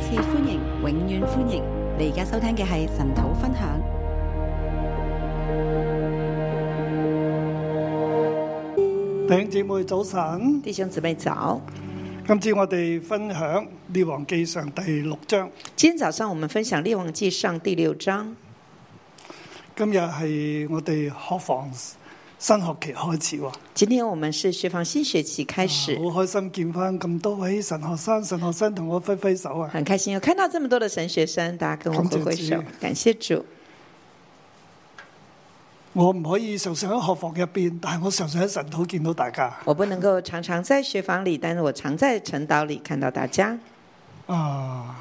次歡迎，永遠歡迎！你而家收聽嘅係神土分享。弟兄姊妹早晨，弟兄姊妹早，今次我哋分享《列王記上》第六章，今天早上我们分享《列王记上》第六章。今日係我哋學房新學期開始喎，今天我们是学房新学期开始，好開心見翻咁多位神學生、神學生同我揮揮手啊！很开心又看到这么多的神学生，大家跟我挥挥感手谢主，感谢主。我唔可以常常喺學房入邊，但係我常常喺神土見到大家。我不能够常常在学房里，但是我常在晨祷里看到大家，啊，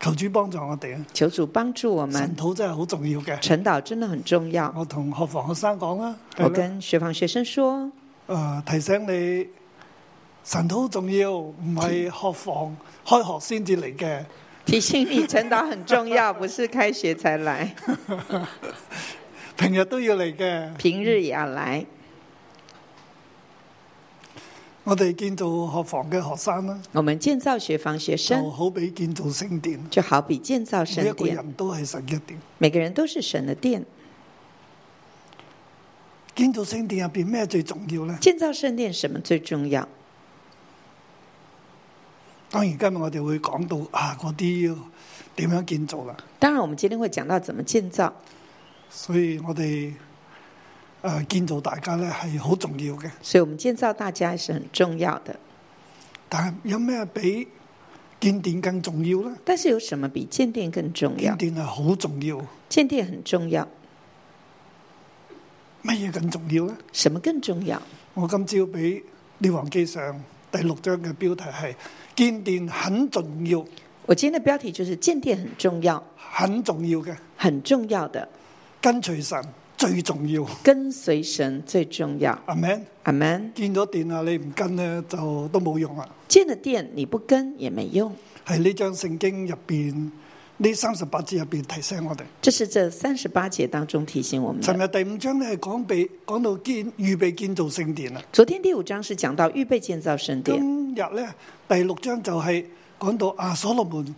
求主幫助我哋啊！求主帮助我神们。土真係好重要嘅，晨祷真的很重要。我同學房學生講啊啦，我係啦跟学房学生说，啊提醒你神土好重要，唔係學房開學先至嚟嘅。提醒你晨祷很重要，不是开学才来，平日都要嚟嘅。平日也要来。我哋建造學房嘅學生啦，我们建造学房学就生，好比建造聖殿，就好比建造每一神個殿，人都係神嘅殿。每个人都是神的殿。建造聖殿入邊咩最重要呢？建造圣殿什么最重要？當然今日我哋會講到啊嗰啲要點樣建造啦，当然，我们今天会讲到怎么建造，所以我哋誒、呃建造大家咧係好重要嘅。所以我们建造大家是很重要的。但係有咩比建殿更重要呢？但是有什么比建殿更重建要？殿係好重要，建殿很重要，乜嘢更重要呢？什么更重要？我今朝俾《列王記上》第六章嘅標題係建殿很重要。我今天的标题就是建殿很重要，很重要嘅，很重要的跟隨神最重要。跟随神最重要。阿 Man 阿门。見咗電啊，你唔跟咧就都冇用啦。建了殿你不跟也没用，喺呢章聖經入边，呢三十八節入边提醒我哋。这是这三十八节当中提醒我们尋的。日第五章咧係講被讲到建预备建造聖殿啦。昨天第五章是讲到预备建造圣殿，今日咧第六章就係講到啊所羅門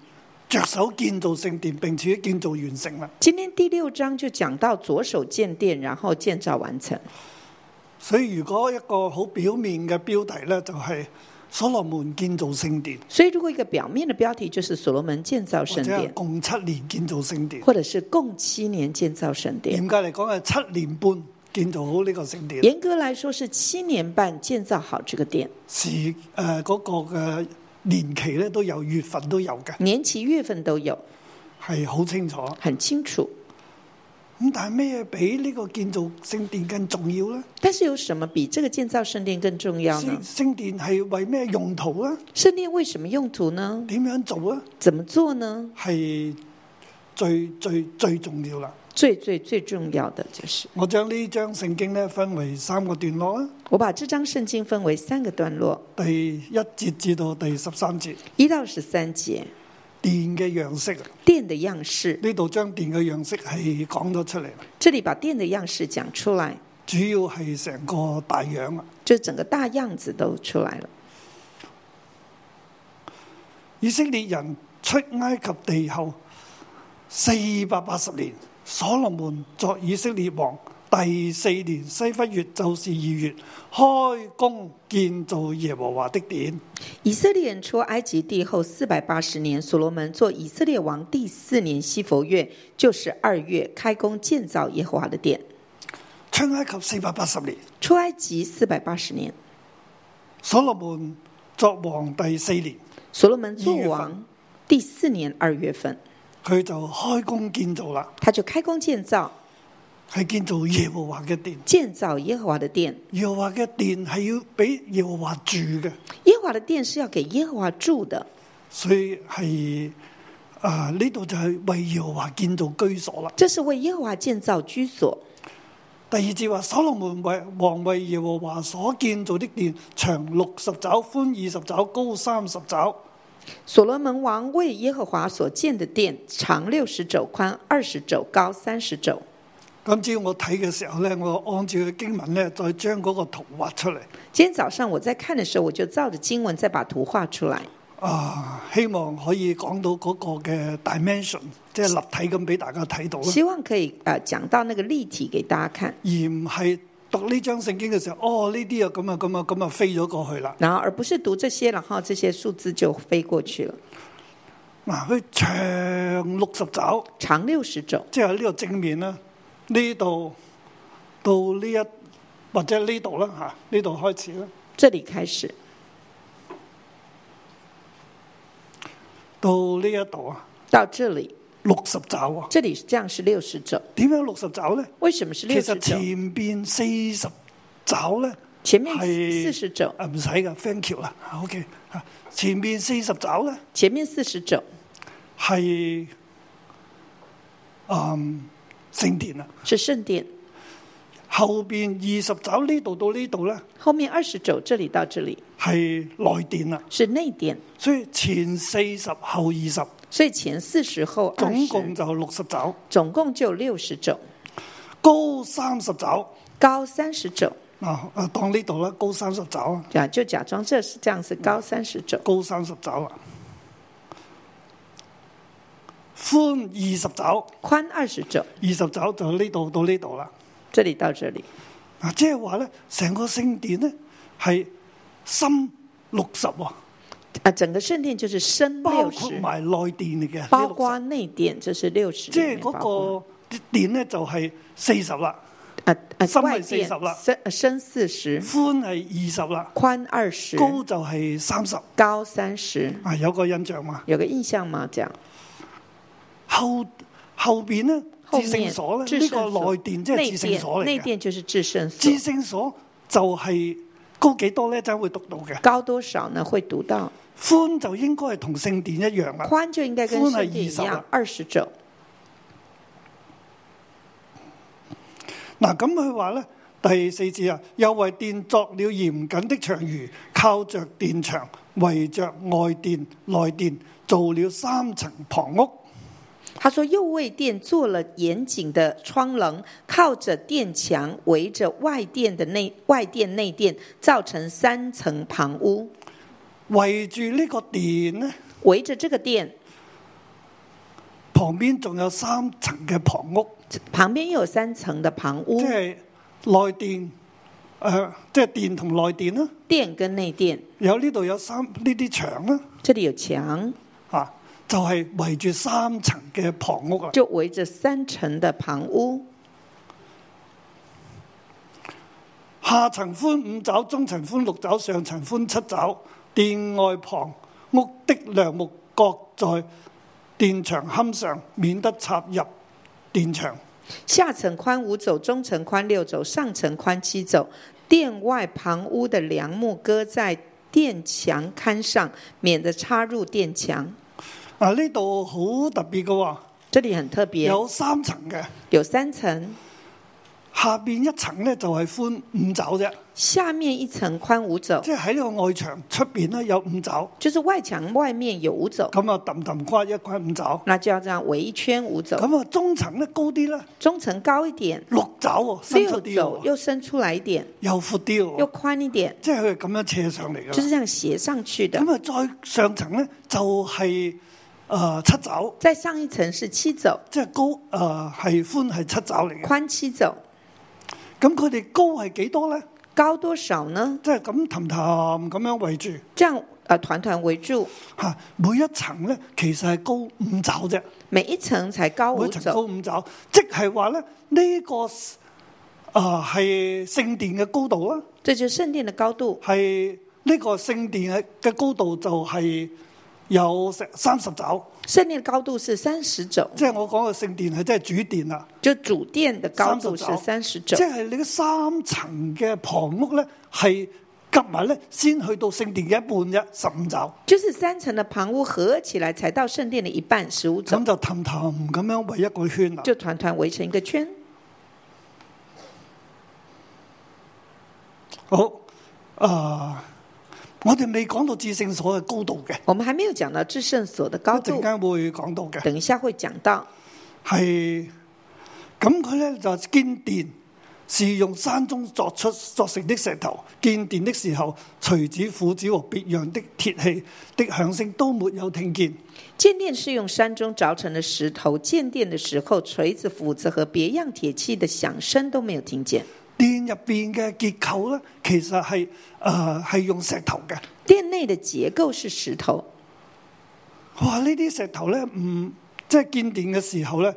着手建造聖殿，並且建造完成啦。今天第六章就讲到左手建殿，然后建造完成。所以如果一個好表面嘅標題咧，就係所羅門建造聖殿，所以，如果一个表面的标题就是所罗门建造或圣者係殿，共七年建造聖殿。或者是共七年建造圣殿，嚴格嚟講係七年半建造好呢個聖殿，严格来说是七年半建造好这个殿，時誒呃嗰個嘅年期咧都有，月份都有嘅，年期、月份都有，係好清楚。很清楚。咁但係咩比呢個建造聖殿更重要咧？但是有什么比这个建造圣殿更重要呢聖？聖殿係為咩用途咧？圣殿为什么用途呢？點樣做咧？怎么做呢？係最最最重要啦！最最最重要的就是，我將呢章聖經咧分為三個段落啊啦，我把这章圣经分为三个段落，第一節至到第十三節，一到十三节，殿嘅樣式啊殿的样式，呢度將殿嘅樣式係講咗出嚟，这里把殿的样式讲出来，主要係成個大樣啊。就整个大样子都出来了。以色列人出埃及地後四百八十年，所羅門作以色列王第四年西忽月，就是二月，開工建造耶和華的殿。以色列人出埃及地后四百八十年，所罗门做以色列王第四年西佛月，就是二月，开工建造耶和华的殿。出埃及四百八十年，出埃及四百八十年，所羅門作王第四年，所罗门做一月份王第四年二月份，佢就開工建造啦，他就开工建造，係建造耶和華嘅殿。建造耶和华的殿。耶和華嘅殿係要俾耶和華住嘅，耶和华的殿是要给耶和华住的，所以係啊呢度就係為耶和華建造居所啦。这是为耶和华建造居所。第二節話：所羅門為王為耶和華所建造的殿，長六十肘，寬二十肘，高三十肘。所罗门王为耶和华所建的殿，长六十肘，宽二十肘，高三十肘。今朝我睇嘅時候咧，我按照佢經文咧，再將嗰個圖畫出嚟。今天早上我在看的时候，我就照着经文再把图画出来。啊，希望可以講到嗰個嘅 dimension，即係立體咁俾大家睇到啦，希望可以呃讲到那个立体给大家看，而唔係讀呢章聖經嘅時候，哦呢啲啊咁啊咁啊咁啊飛咗過去啦。然后而不是读这些，然后这些数字就飞过去了，嗱，佢長六十爪，长六十肘，即係呢個正面啦，呢度到呢一或者呢度啦嚇，呢度開始啦，这里开始到呢一度啊到这里，六十爪喎。这里这样是六十肘，點樣六十爪咧？为什么是其六實十肘？前邊四十爪咧。前面係四十肘，啊，唔使噶，thank you 啦，OK 嚇。前面四十爪咧前面四十肘係嗯聖殿啦，是圣殿，後邊二十爪呢度到呢度咧后面二十肘这里到这里係內殿啦，是内殿，所以前四十後二十，所以前四十后二總十，共就六十爪，总共就六十肘，高三十爪。高三十肘，嗱，啊，當呢度啦，高三十爪啊，啊，就假装这是这样是高三十肘，高三十爪啊，寬二十爪，宽二十肘，二十爪就呢度到呢度啦。这里到这里，嗱，即係話咧，成個聖殿咧係深六十喎，啊，整个圣殿就是深包六括十，埋內殿嚟嘅，呢包60括内殿，这是六十，即係嗰個殿咧就係四十啦，啊啊深係外殿40啦深呃深四十，寬係二十啦，宽二十，高就係三十。高三十，啊，有個印象嘛？有个印象吗？这样後後邊咧，后至面聖所至咧，呢圣個內殿即係至聖所嚟内嘅。殿就是至圣所至，聖所就係高幾多咧，就會讀到嘅。高多少呢？会读到寬就應該係同聖殿一樣啦。宽就应该跟宽是圣殿一20样了，二十肘。嗱，咁佢話咧第四節啊，又為殿作了嚴謹的牆隅，靠着殿牆圍着外殿、內殿，做了三層旁屋。他说：“右卫殿做了严谨的窗棱，靠着殿墙围着外殿的内外殿内殿，造成三层旁屋。圍住呢個殿咧，围着这个殿，旁邊仲有三層嘅旁屋，旁边又有三层的旁屋即，係內殿，誒、即係殿同內殿啦。殿跟内殿。有呢度有三呢啲牆啦，这里有墙，啊，就係、圍住三層嘅旁屋啊。就围着三层的旁屋。下層寬五爪，中層寬六爪，上層寬七爪。殿外旁屋的梁木各在殿牆龛上，免得插入殿牆。下层宽五肘，中层宽六肘，上层宽七肘。殿外旁屋的梁木搁在殿墙龛上，免得插入殿墙。啊，呢度好特別嘅喎，这里很特别，有三層嘅，有三层，下邊一層呢就係寬五爪啫，下面一层宽五肘，即係喺呢個外牆出邊呢有五爪，就是外墙外面有五肘，咁啊揼揼跨一跨五爪。那就要这样围一圈五肘。咁啊，中層呢高啲呢，中层高一点，六爪喎，伸六出啲肘喎，又伸出来一点，又闊啲又喎，宽一点，即係佢係咁樣斜上嚟嘅。就是这样斜上去的。咁啊，再上層咧就係、呃七爪，再上一層是七肘，即係高誒係、寬係七爪嚟嘅。宽七肘，咁佢哋高係幾多咧？高多少呢？即係咁氹氹咁樣圍住这样呃团团围住，嚇、每一層咧其實係高五爪啫，每一层才高每五一層高肘，五爪，即係話咧呢、個誒係、聖殿嘅高度啦，这就是圣殿的高度。係呢個聖殿嘅嘅高度就係有成三十爪，圣殿的高度是三十肘，即係我講嘅聖殿係即係主殿啦。就主殿的高度是三十30肘即，係你嘅三層嘅旁屋咧，係夾埋咧先去到聖殿嘅一半啫，十五爪。就是三层的旁屋合起来才到圣殿的一半，十五咁肘，就氹氹咁樣圍一個圈啦。就团团围成一个圈。好，啊、我哋未講到至聖所嘅高度嘅，我们还没有讲到至圣所的高一陣度，間會講到嘅。等一下会讲到。係咁，佢咧就建殿是用山中作出作成的石头。建殿的時候，錘子、斧子和別樣的鐵器的響聲都沒有聽見。建殿是用山中凿成的石头，建殿的时候，锤子、斧子和别样铁器的响声都没有听见。殿入邊嘅結構咧，其實係誒係用石頭嘅。殿内的结构是石头，哇！呢啲石頭咧，唔即係建殿嘅時候咧，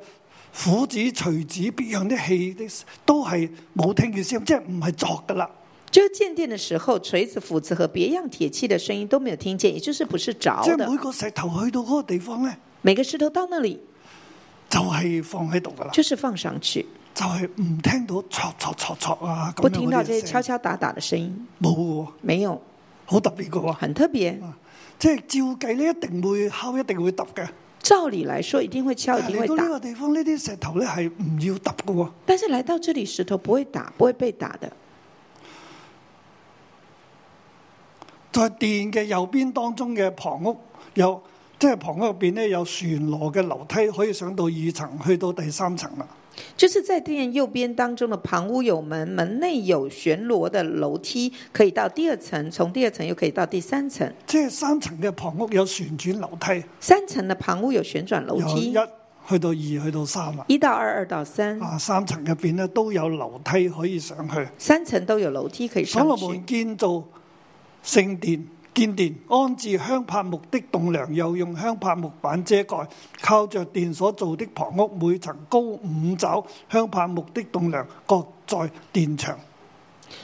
斧子、錘子、別樣啲器啲都係冇聽見聲，即係唔係作噶啦，就是建殿的时候，锤子、斧子和别样铁器的声音都没有听见，也就是不是即凿係每的。個石頭去到嗰個地方咧，每个石头到那里就係、放喺度噶啦，就是放上去，就係、唔聽到戳戳戳戳啊咁不樣听到嗰这些啲敲聲，敲打打的声音，冇喎，没有，好特別嘅喎，很特别。即係照計咧，一定會敲，一定會揼嘅。照理来说，一定会敲，但一定係嚟会到呢打，個地方，呢啲石頭咧係唔要揼嘅喎。但是来到这里，石头不会打，不会被打的。在殿嘅右邊當中嘅旁屋有，即係旁屋入邊咧有旋螺嘅樓梯，可以上到二層，去到第三層啦。就是在殿右边当中的旁屋有门，门内有旋螺的楼梯，可以到第二层，从第二层又可以到第三层。即係三層嘅旁屋有旋轉樓梯，三层的旁屋有旋转楼由梯一，去到二，去到三啦。一到二，二到三，啊，三層入邊咧都有樓梯可以上去。三层都有楼梯可以所上羅去門。建造聖殿、建殿，安置香柏木的棟梁，又用香柏木板遮蓋，靠着殿所造的旁屋，每層高五爪，香柏木的棟梁各在殿牆。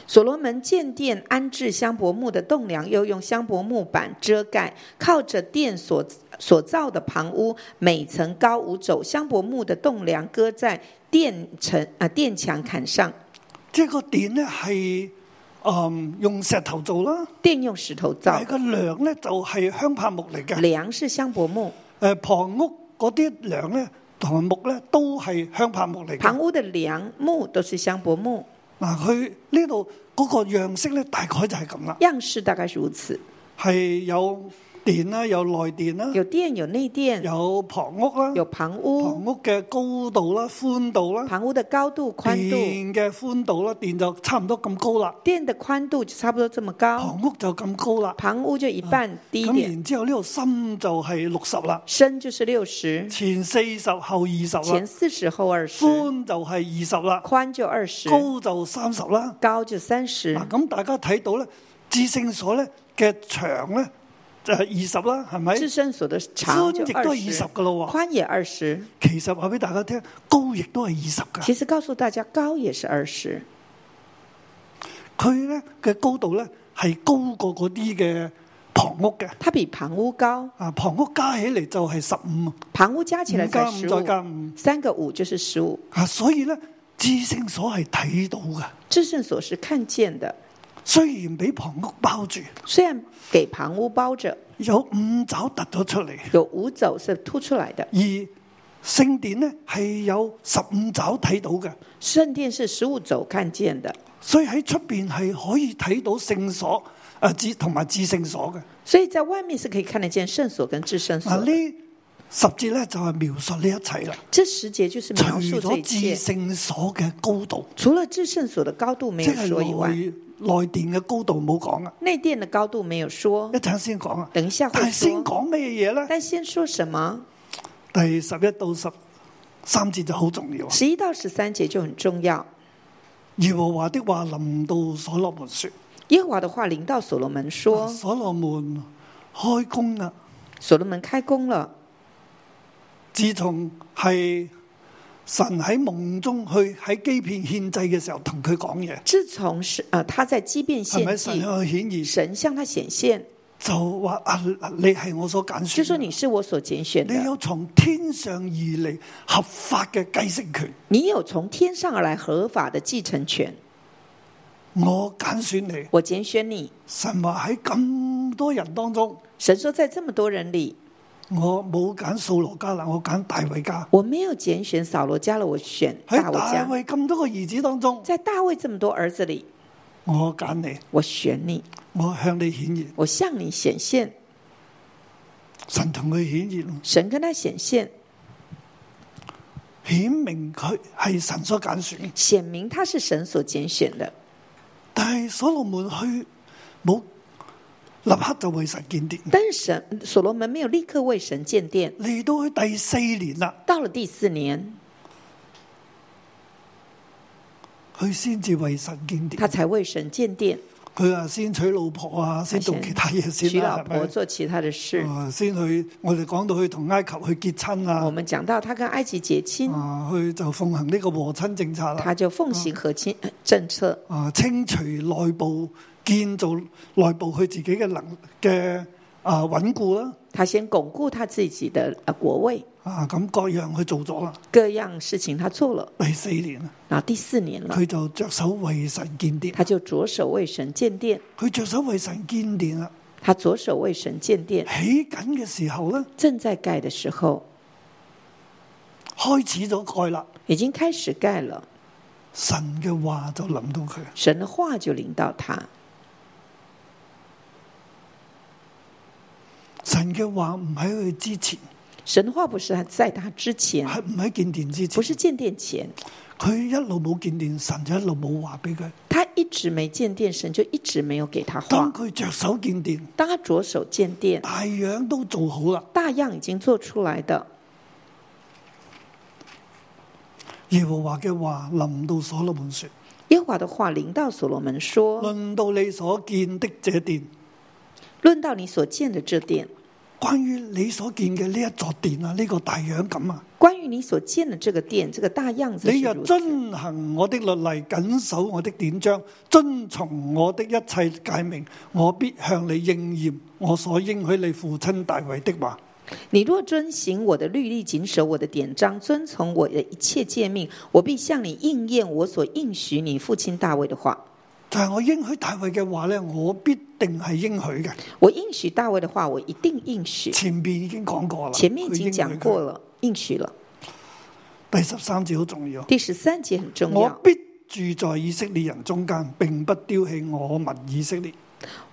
所罗门建殿安置香柏木的栋梁，又用香柏木板遮盖，靠着殿所所造的旁屋，每层高五肘，香柏木的栋梁搁在殿城啊殿墙坎上，即係個殿咧係嗯用石頭做啦，殿用石头造但係，個梁咧就係香柏木嚟嘅。誒、呃梁是香柏木，旁屋嗰啲梁咧同埋木咧都係香柏木嚟旁嘅。屋的梁木都是香柏木，嗱，佢呢度嗰個樣式咧大概就係咁啦，样式大概如此，係有殿啦，有內殿啦，有殿有内殿，有旁屋啦，有旁旁屋，屋嘅高度啦、寬度啦，旁屋的高度宽度，殿嘅寬度啦，殿就差唔多咁高啦，殿的宽度就差不多这么高，旁屋就咁高啦。旁屋就一半低一咁点。然之後呢度深就係六十啦。深就是六十，前四十後二十嗯前啦，四十后二十，寬就係二十啦，宽就二十，高啊就三十啦。高就三十嗱，。咁大家睇到咧，至聖所咧嘅長咧就係二十啦，係咪？至圣所的长就寬亦都二係二十十，噶咯喎。宽也二十。其實話俾大家聽，高亦都係二十噶。其实告诉大家，高也是二十，佢咧嘅高度咧係高過嗰啲嘅旁屋嘅。它比旁屋高，啊，旁屋加起嚟就係十五，旁屋加起来五才加五十再加五，五三个五就是十五。啊，所以咧至聖所係睇到噶。至圣所是看见的，雖然俾旁屋包住，虽然给旁屋包着，有五爪突咗出嚟。有五肘是凸出来的，而聖殿呢係有十五爪睇到嘅，圣殿是十五肘看见的，所以喺出邊係可以睇到聖所啊至同埋至聖所嘅。所以在外面是可以看得见圣所跟至圣所嗱的。呢十節咧就係描述呢一切啦，这十节就是除描述这咗一至切。聖所嘅高度，除了至圣所的高度没即有係说以外，內內殿嘅高度冇講啊，内殿的高度没有说一。陣先講啊。等一下但会係先说，講咩嘢咧？但先说什么？第十一到十三節就好重要啊。十一到十三节就很重要。耶和華的話臨到所羅門說：耶和华的话临到所罗门说所羅門開工啦。：“所罗门开工了。自從係神喺夢中去喺基片獻祭嘅時候同佢講嘢，自从是呃他在畸变係咪献神祭，向佢顯現神向他显现，就話啊你係我所揀就選说嘅，你是我所拣选你的，有從天上而嚟合法嘅繼承權，你有从天上而来合法的继承权。我揀選你。我拣选你。神話喺咁多人當中，”神说，在这么多人里，我冇揀掃羅家啦，我揀大衛家。我没有拣选扫罗家了，我选喺大卫哎大家。衛咁多個兒子當中，在大卫这么多儿子里，我揀你，我选你，我向你顯現。我向你显现，神同佢顯現，神跟他显现，顯明佢係神所揀選。显明他是神所拣选的。但係所羅門去冇立刻就為神建殿，但是神所罗门没有立刻为神建殿，嚟到佢第四年啦，到了第四年，佢先至為神建殿他。才为神建殿，佢啊先娶老婆啊，先做其他嘢娶先老啦，婆係做其他的事咪？。啊，先去我哋講到去同埃及去結親我啊，们讲到他跟埃及结亲，啊，去就奉行呢個和親政策啦。他就奉行和亲呃政策，啊清除內部建造內部佢自己嘅能嘅啊穩固啦，他先巩固他自己的呃国位，啊咁各樣佢做咗啦。各样事情他做了。第四年啊，然后第四年了，佢就着手為神建殿，他就着手为神建殿，佢着手為神建殿啦。他着手为神建殿。起緊嘅時候咧，正在盖的时候，開始咗蓋啦，已经开始盖了，神嘅話就臨到佢。神的话就领到他。神嘅話唔喺佢之前，神的话不是他在他之前，係唔喺建殿之嗯不前。是建殿前，佢一路冇建殿，神就一路冇話俾佢。他一直没建殿，神就一直没有给他當话。佢着手建殿，当他着手建殿，大樣都做好啦。大样已经做出来的，耶和華嘅話臨到所羅門說。耶和华的话临到所罗门说论到你所见的这殿，：“论到你所建的这殿，关于你所见嘅呢一座殿啊，呢、個个大样咁啊，关于你所建的这个殿，这个大样子是你若如此。遵行我的律例，谨守我的典章，遵从我的一切诫命，我必向你应验我所应许你父亲大卫的话。你若遵行我的律例，谨守我的典章，遵从我的一切诫命，我必向你应验我所应许你父亲大卫的话。就系、我应许大卫嘅话呢，我必定系应许嘅。我应许大卫的话，我一定应许。前面已经讲过啦，前面已佢经應許讲佢过。了，应许了。第十三节好重要，第十三节很重我要。必住在以色列人中间，并不丢弃我民以色列。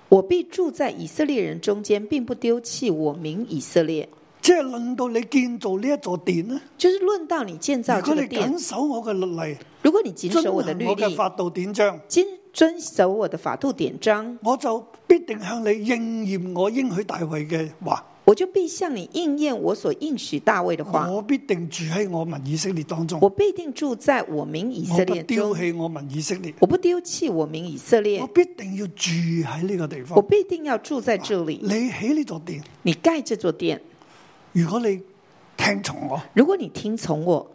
我必住在以色列人中间，并不丢弃我民以色列。即系论到你建造呢一座殿呢，就是论到你建造如这果个你殿谨，守我嘅律例，如果你谨遵守行我啊我的律嘅例，法度典章，遵遵守我的法度典章，我就必定向你应验我应许大卫嘅话，我就必向你应验我所应许大卫的话。我必定住喺我民以色列当中，我必定住在我民以色我不列丢中，弃我民以色列，我不丢弃我民以色我列，必定要住喺呢个地我方。必定要住在这里。你起呢座殿，你盖这座殿，如果你听从我，如果你听从我，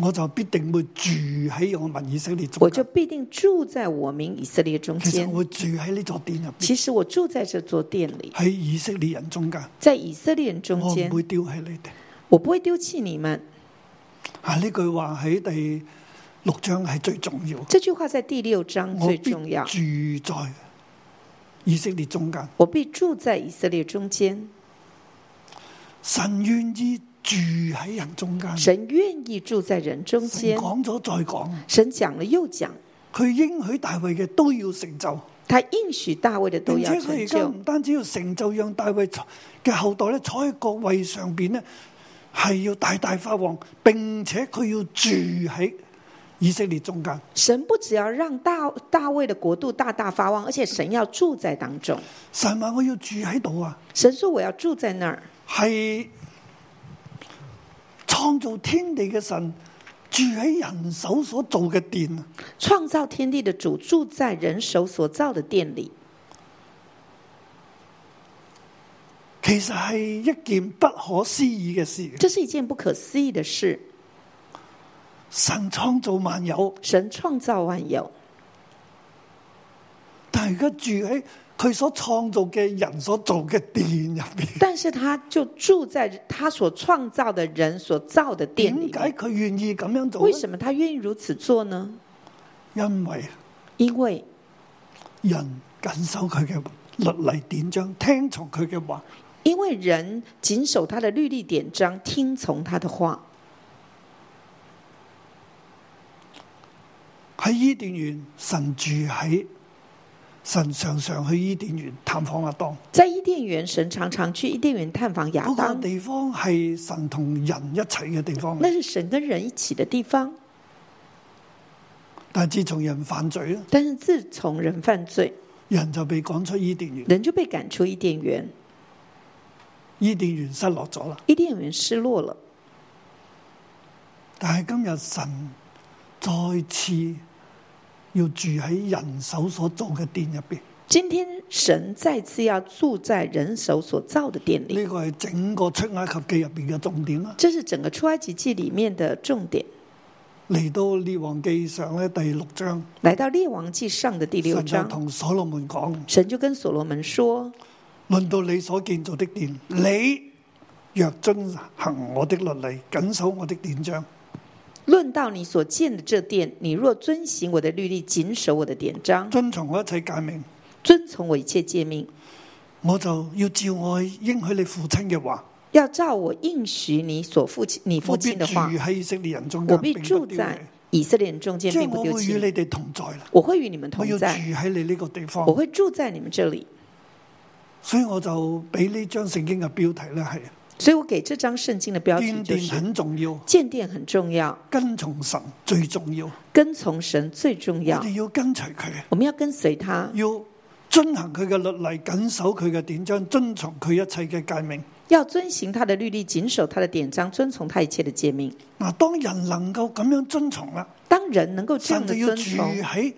我就必定会住喺我民以色列中我就間。必定住在我民以色列中其实我间。会住喺呢座殿入边，其实我住在这座殿里，喺以色列人中间，在以色列人中我间唔，会丢弃你哋。我不会丢弃你们。啊！呢句話喺第六章係最重要，这句话在第六章我最必重要。住在以色列中間，我必住在以色列中间，神願意住喺人中間。神神愿意住在人中间。講咗再講，神讲了又讲，佢應許大衛嘅都要成就，他应许大卫的都並要且佢成而家就。唔單止要成就，讓大衛嘅後代咧坐喺個位上邊咧，係要大大發旺，並且佢要住喺以色列中間。神不只要让大大卫的国度大大发旺，而且神要住在当中。神話我要住喺度啊！神说：“我要住在那儿。系創造天地嘅神住喺人手所做嘅殿啊！创造天地的主住在人手所造的殿里，其實係一件不可思議嘅事。这是一件不可思议的事。神創造萬有，神创造万有，但係而家住喺佢所創造嘅人所做嘅殿入边，但是他就住在他所创造的人所造的殿點里。解佢願意咁樣做为呢？什么他愿意如此做呢？因為因为人緊守佢嘅律例典章，聽從佢嘅話，因为人谨守他的律例典章，听从他的话。喺伊甸園，神住喺神常常去伊甸園探訪阿當，在伊甸园，神常常去伊甸园探访亚嗰、個当，地方係神同人一齊嘅地方嚟。那是神跟人一起的地方。但係自從人犯罪咧，但是自从人犯罪，人就被趕出伊甸園，人就被赶出伊甸园，伊甸園失落咗啦。伊甸园失落了。但係今日神再次要住喺人手所做嘅殿入邊，今天神再次要住在人手所造的殿里，呢個係整個出埃及記入邊嘅重點啦。这是整个出埃及记里面的重点。嚟到列王記上咧第六章，来到列王记上的第六神就章，同所羅門講：神就跟所罗门说論到你所建造的殿，你若遵行我的律例，謹守我的典章，：“论到你所建的这殿，你若遵行我的律例，谨守我的典章，遵從我一切誡命，遵从我一切诫命，我就要照我應許你父親嘅話，要照我应许你所父亲你我父必亲住的话，喺以色列人中我間，必並不住丟你在。以色列人中间，即係并不我丢會弃與你。你哋同在啦。我会与你们我同要住在，喺你呢個地方我，会住在你们这里。所以我就俾呢張聖經嘅標題咧係所以我给这张圣经的标题建就殿是很重要， “建殿很重要，跟從神最重要。跟从神最重我要哋要跟隨佢，”。我们要跟随他，要遵行佢嘅律例，緊守佢嘅典章，遵從佢一切嘅誡命。要遵行他的律例，谨守他的典章，遵从他一切的诫命。嗱，當人能夠咁樣遵從啦，当人能够这神样的就要遵住从，喺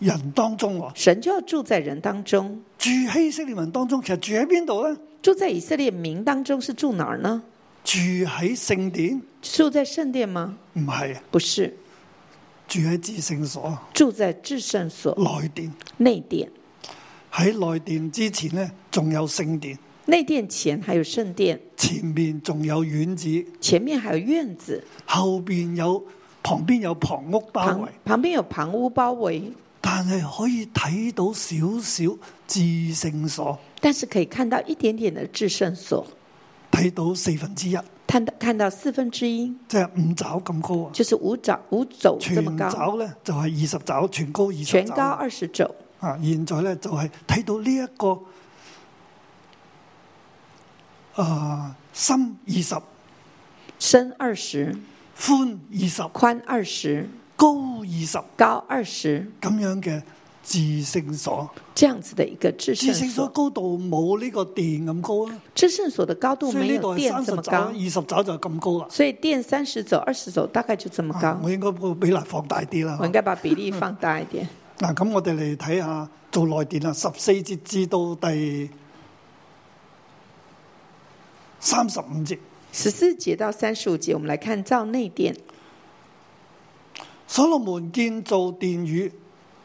人當中喎。神就要住在人当中，住喺以色列民當中，其實住喺邊度咧？住在以色列民当中是住哪儿呢？住喺聖殿住在圣殿吗？唔係，不是，住喺至聖所住在至圣所內殿。内殿。喺內殿之前呢，仲有聖殿，内殿前还有圣殿，前面仲有院子，前面还有院子，後边有旁邊有旁屋包旁圍，旁边有旁屋包围，但係可以睇到少少至聖所，但是可以看到一点点的至圣所，睇到四分之一，看到看到四分之一，即係五爪咁高啊！就是五肘五肘这全么高，爪咧就係二十爪，全高二十全肘高二十肘。啊！現在咧就係睇到呢、一個啊、深二十，深二十，寬二十，宽二十，高二十高二十，咁樣嘅至聖所。这样子的一个至至圣聖所所。高度冇呢個殿咁高啊，至圣所的高度所以没呢度有係殿三这十么肘、高二，十肘就咁高啦。所以殿三十肘、二十肘大概就这么啊高。我應該個比例放大啲啦我。应该把比例放大一点。嗱，咁我哋嚟睇下做內殿啦，十四節至到第三十五節，十四节到三十五节，我们来看造内殿。所羅門建造殿宇，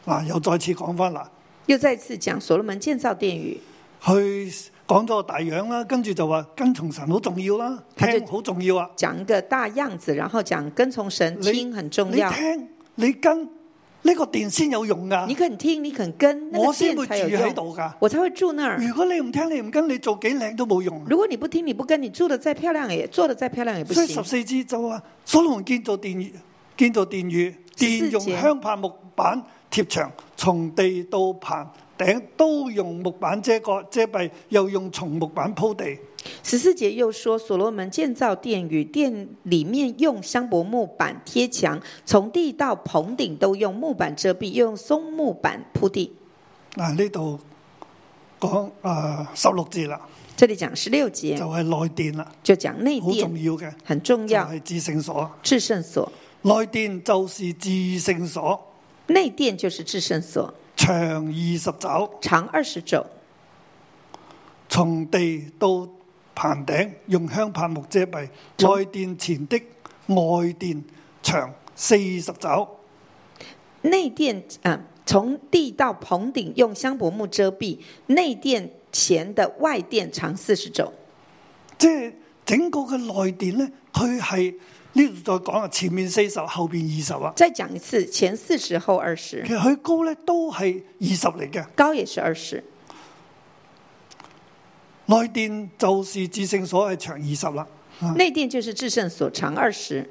嗱又再次講翻啦，又再次讲所罗门建造殿宇，佢講咗個大樣啦，跟住就話跟從神好重要啦，佢就聽好重要啊，讲一个大样子，然后讲跟从神，你听很重你啊要。聽你跟呢個殿先有用噶你。肯听，你肯跟，那我个先殿會住才有喺用，度㗎。我才会住那儿。如果你唔聽，你唔跟，你做幾靚都冇用啊。如果你不听，你不跟，你住的再漂亮也做的再漂亮也不所以十行。四支就話：所羅門建造殿宇，建造殿宇，殿用節香柏木板貼牆，從地到棚頂都用木板遮蓋遮蔽，又用松木板鋪地。十四节又说，所罗门建造殿宇，殿里面用香柏木板贴墙，从地到棚顶都用木板遮蔽，又用松木板铺地。嗱呢度講誒十六字啦，这里讲十六节就，係內殿啦，就讲嗯内好重殿要嘅，很重就要，係至聖所。至圣所。內殿就是至聖所，内殿就是至圣所，長二十肘。长二十肘，從地到棚頂用香柏木遮蔽，從內殿前的外殿長四十肘，内殿啊、呃从地到棚顶用香柏木遮蔽，内殿前的外殿长四十肘。即係整個嘅內殿呢，佢係呢度再講啊，前面四十，後边二十啊，再讲一次，前四十后二十其，實佢高呢都係二十嚟嘅。高也是二十。內殿就是至聖所係長二十啦，啊内殿就是至圣所长二十，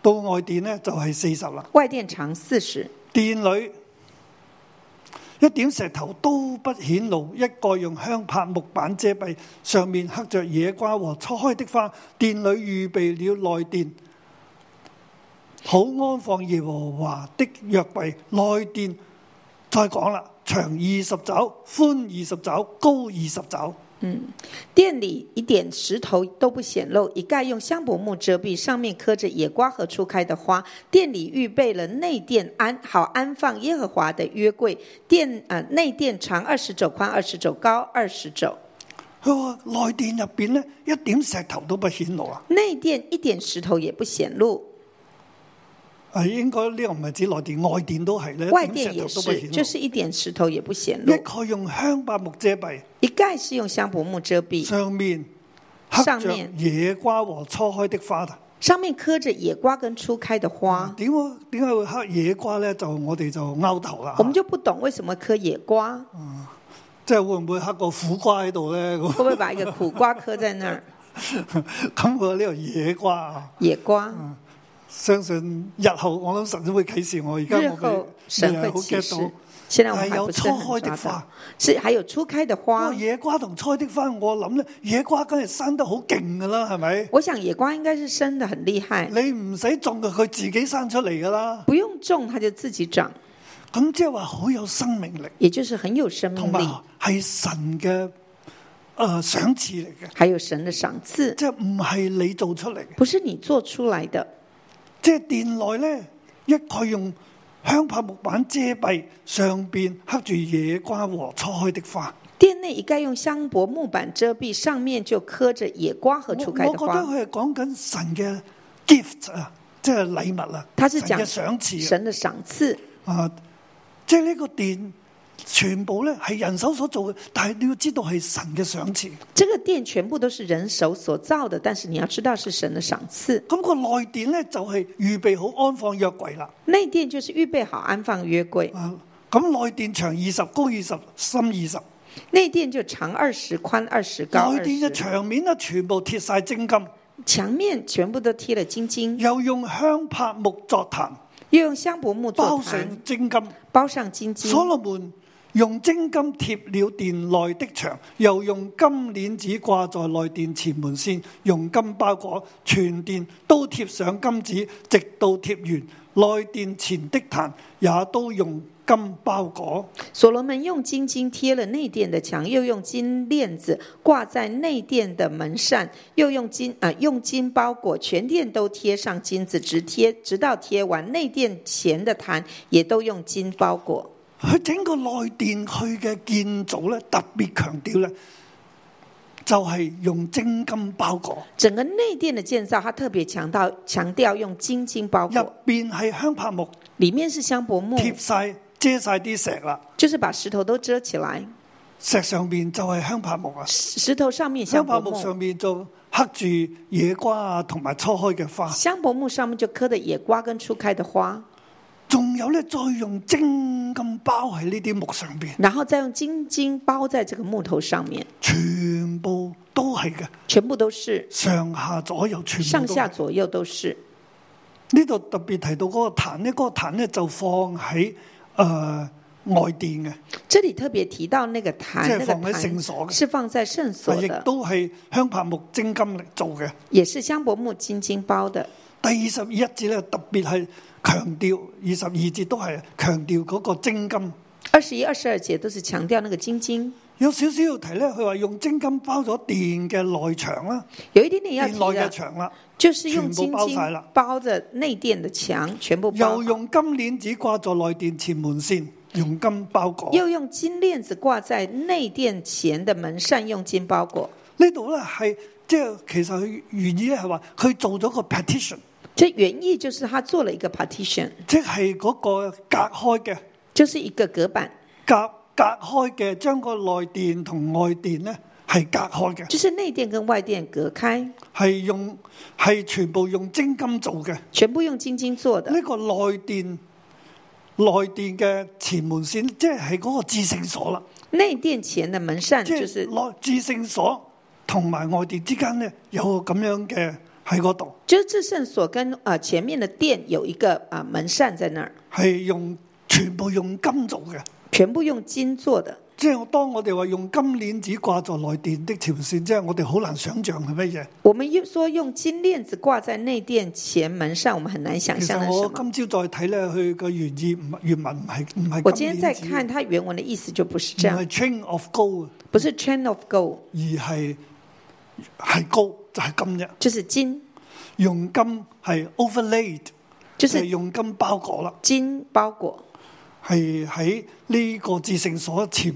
到外殿呢就係四十啦。外殿长四十。殿裏一點石頭都不顯露，一個用香柏木板遮蔽，上面刻着野瓜和初開的花。殿裏預備了內殿，好安放耶和華的約櫃。內殿再講啦，長二十肘，寬二十肘，高二十肘。殿里一点石头都不显露，一概用香柏木遮蔽，上面刻着野瓜和初开的花。殿里预备了内殿安好安放耶和华的约柜。殿啊、内殿长二十肘，宽二十肘，高二十肘。佢話內殿入邊呢，一點石頭都不顯露啊！内殿一点石頭也不顯露，係應啊該呢個唔係指內殿，外殿都係咧，外一點殿石也頭都不是，顯就露。是一点石頭也不顯一露。概用香柏木遮蔽，一概是用香柏木遮蔽，上面刻上着面野瓜和初開的花啊！上面刻着野瓜跟初開的花。點解點解會刻野瓜咧？就我哋就拗頭啦我，們就不懂為什麼刻野瓜，即係會唔會刻個苦瓜喺度咧？咁會不會把一個苦瓜刻在那兒？咁 佢話呢個野瓜啊，野瓜，相信日後我諗神都會啟示我。而家日我后未神未係啊會好哎啟 get 示到。。現在我們但係還有不初是很開的抓花哦到，是還有初開的不過花。野瓜同菜的花，我諗咧，野瓜梗係生得好勁噶啦，係咪？我想野瓜應該是生得很厲害，你唔使種嘅，佢自己生出嚟噶啦。不用種它就自己長，咁即係話好有生命力，也就是很有生同命埋力，係神嘅诶、呃、赏赐嚟嘅，還有神的賞賜，即係唔係你做出嚟嘅。不是你做出來的。即係殿內咧，一概用香柏木板遮蔽，上边刻住野瓜和初開的花。店內一概用香柏木板遮蔽，上面就刻着野瓜和我我初覺得開的花。佢係講緊神嘅 gift 啊，即係禮物啊，他是神嘅講赏赐啊神的賞賜，啊，即係呢個殿。全部咧係人手所做嘅，但係你要知道係神嘅賞賜。這個殿全部都是人手所造的，但是你要知道是神的賞賜。咁、個內殿咧就係、預備好安放約櫃啦。內殿就是預備好安放約櫃，啊，咁內殿長二十，高二十，深二十。內殿就長二十，寬二十，高內二殿嘅十。牆面咧啊全部貼晒精金。牆面全部都貼了金金，又用香柏木作壇，又用香柏木做包盤，上精金。包上金金。所羅門用精金貼了殿內的牆，又用金鏈子掛在內殿前門扇，用金包裹，全殿都貼上金子，直到貼完。內殿前的壇也都用金包裹。所羅門用金金贴了内殿的墙，又用金链子挂在内殿的门扇，又用金啊、用金包裹，全殿都贴上金子，直贴直到贴完内殿前的坛也都用金包裹。佢整個內殿佢嘅建造咧，特別強調咧，就係、用精金包裹，整个内殿的建造，它特别强调强调用金金包入裹，邊嗯係香柏木里面是香柏木，貼晒遮晒啲石啦。就是把石头都遮起来，石上面就係香柏木啊，石石头上面香香柏柏木上木，面就刻住野瓜啊，同埋初開嘅花，香柏木上面就刻的野瓜跟初开的花，仲有咧再用精金包喺呢啲木上邊，然后再用金金包在这个木头上面。全部都係嘅，全部都是，上下左右全上部都係下左右都是。呢度特別提到嗰個壇咧，嗰、個壇咧就放喺誒、呃外殿嘅，这里特别提到那个坛即，那係个放喺坛聖所嘅，啊是放在圣所但亦的，都係香柏木精金嚟做嘅。也是香柏木金金包的。第二十一節咧特別係強調，二十二節都係強調嗰個精金。二十一、二十二节都是强调那个金金，有少少要提咧，佢話用精金包咗電嘅內牆啦，有一点啊点要電提內嘅的，牆啦，就是用全金部包金晒了包着内殿的墙，全部包嗯又好，用金鏈子掛在內殿前門線，用金包裹。又用金链子挂在内殿前的门扇，用金包裹。呢度咧係即係其實佢原意咧係話佢做咗個 partition，这原意就是他做了一个 partition，即係嗰個隔開嘅就是一个隔板，隔隔開嘅，將個內殿同外殿咧係隔開嘅，就是内殿跟外殿隔开，係用係全部用精金做嘅。全部用金金做的。呢、個內殿內殿嘅前門線，即係嗰個至聖所啦。内殿前的门扇即嗯就是係內至聖所同埋外地之間咧，有個咁樣嘅喺嗰度，就是至圣所跟啊、呃前面的殿有一个啊、呃门扇在那儿，係用全部用金做嘅，全部用金做的。即係當我哋話用金鏈子掛在內殿的條線，即係我哋好難想像係乜嘢。我们又说用金链子挂在内殿前门上，我们很难想其象實那是什我么。今朝再睇咧，佢個原意唔係原文唔係唔我係今金嗯天在鏈子，看它原文的意思就不是唔这样係，chain of gold，不是 chain of gold，而係係高就係金啫。就是金，用金係 overlaid，就係是用金包裹啦，金包裹，係喺呢個至聖所前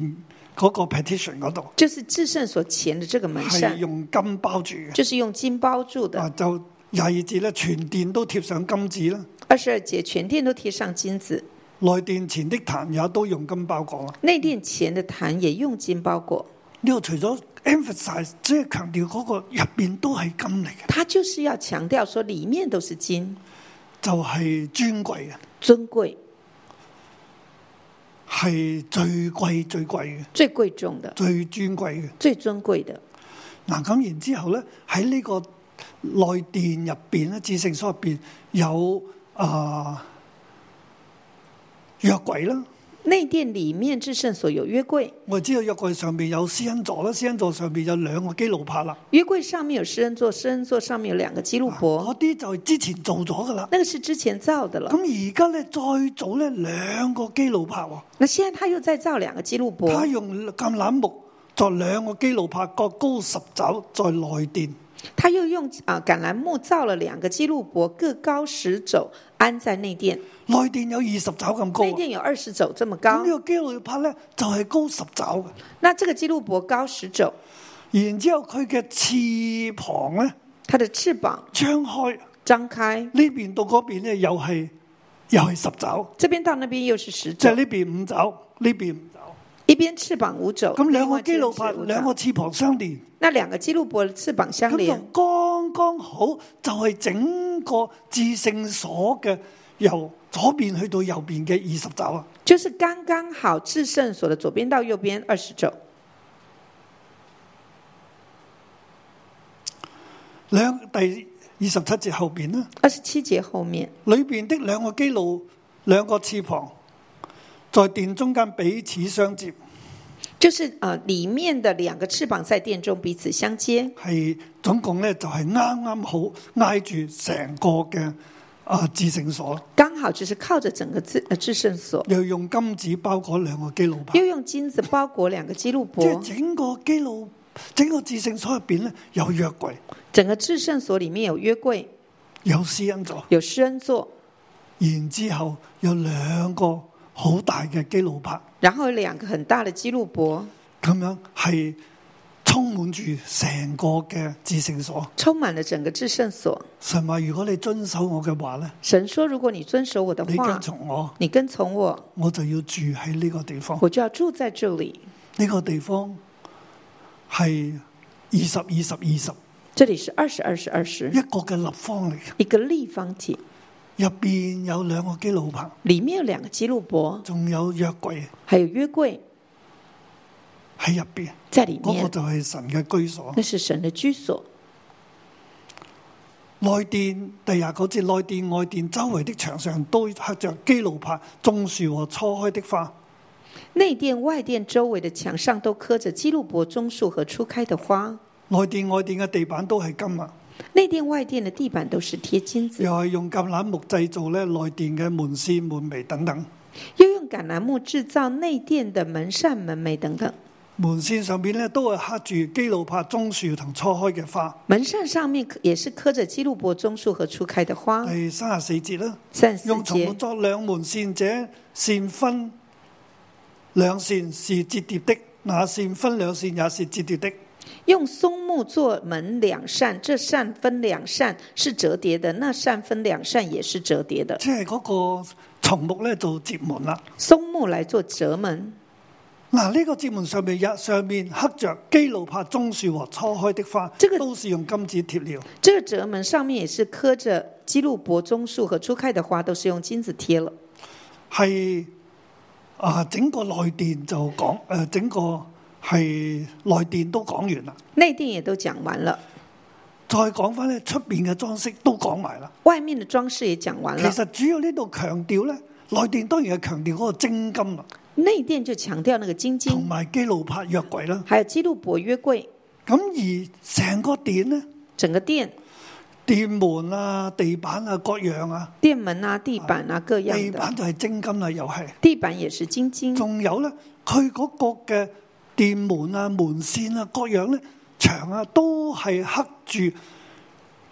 嗰個 petition 嗰度，就是至圣所前的这个门係扇，用金包住嘅。就是用金包住啊，的。就廿二節咧，全殿都貼上金紙啦，二十二节全殿都贴上金子，內殿前的壇也都用金包裹啦。内殿前的坛也用金包裹。呢度除咗 emphasize，即係強調嗰個入邊都係金嚟嘅，它就是要强调说里面都是金，就係尊貴嘅，尊贵、係最貴最貴嘅，最贵重的、最尊貴嘅。最尊贵的。嗱，咁然之後咧，喺呢個內殿入邊咧，至聖所入邊有啊、約櫃啦。内殿里面至圣所有约柜，我哋知道約櫃上面有施恩座啦，施恩座上面有兩個基路帕啦，约柜上面有施恩座，施恩座上面有两个基路伯，嗰啲就係之前做咗噶啦。那个是之前造的了。咁而家咧再做咧兩個基路帕喎，那现在他又再造两个基路伯，他用橄欖木作兩個基路帕，各高十肘，在內殿。他又用啊、橄榄木造了两个基路伯，各高十肘，安在内殿。內殿有二十肘咁高内啊，殿有二十肘这么高咁，呢個基路帕咧就係高十肘嘅。那这个基路伯高十肘，然之後佢嘅翅膀咧他的翅膀張開，张开，呢邊到嗰邊咧又係又係十肘，这边到那边又是十即肘係，呢邊五肘，呢邊五肘。一边翅膀五肘，咁兩另個外一边基路帕是五肘兩個翅膀相連，那兩個基路伯的翅膀相咁就連，剛剛好就係整個至聖所嘅由左邊去到右邊嘅二十肘啊！就是刚刚好至圣所的左边到右边二十肘，兩第二十七節後邊啦，二十七节后面裏邊的兩個基路兩個翅膀在殿中間彼此相接。就是呃里面的两个翅膀在殿中彼此相接，係總共咧就係啱啱好挨住成個嘅啊至聖所，刚好就是靠着整个至呃至圣所，又用金子包裹兩個基路伯，又用金子包裹两个基路即係伯，整個基路整個至聖所入邊咧有約櫃，整个至圣所里面有约柜，有施恩座，有施恩座，然之後有兩個好大嘅基路伯，然后有两个很大的基路伯，咁樣係充滿住成個嘅至聖所。充满了整个至圣所。神話如果你遵守我嘅話咧，神说：如果你遵守我的你话跟，從我，你跟从我，我就要住喺呢個地方。我就要住在这里。呢、個地方係二十二十二十这里是二十二十二十。一個嘅立方嚟嘅，一个立方体，入边有兩個基路伯，里面有两个基路伯，仲有約櫃还有约柜喺入边，在里嗰、個面，就係神嘅居所。那是神的居所。內殿第廿九節，內殿外殿周圍的牆上都刻着基路伯、棕樹和初開的花。内殿、外殿周围的墙上都刻着基路伯棕树和初开的花。內殿外殿嘅地板都係金啊，内殿、外殿的地板都是贴金子又，係用橄欖木製造咧內殿嘅門扇、門楣等等。又用橄榄木制造内殿的门扇、门楣等等。門扇上边咧都係刻住基路伯、棕樹同初開嘅花。门扇上面刻也是刻着基路伯棕树和初开的花。第三十四節啦。三十啊四哎用松木节，作兩門扇者，扇分兩扇是折疊的，那扇分兩扇也是折疊的。用松木做门两扇，这扇分两扇是折叠的，那扇分两扇也是折叠的。即係嗰個松木咧做折門啦。松木来做折门，嗱，呢個折門上面也上面刻着基路柏、棕樹和初開的花，這個都是用金子貼了。这个折门上面也是刻着基路伯棕树和初开的花，都是用金子贴了。係啊，整個內殿就講誒、呃整個係內殿都講完啦。内殿也都讲完了，再講翻咧，出邊嘅裝飾都講埋啦。外面的装饰也讲完其了。實主要呢度強調咧，內殿當然係強調嗰個精金啦。啊内殿就强调那个金同经，埋基路柏約櫃啦。还有基路伯约柜，咁而成個殿呢，整个殿殿門啊、地板啊、各樣啊，殿门啊、地板啊各样地板的，就係精金啦，又係。地板也是金经，仲有咧，佢嗰個嘅殿門啊、門扇啊、各樣咧牆啊，都係刻住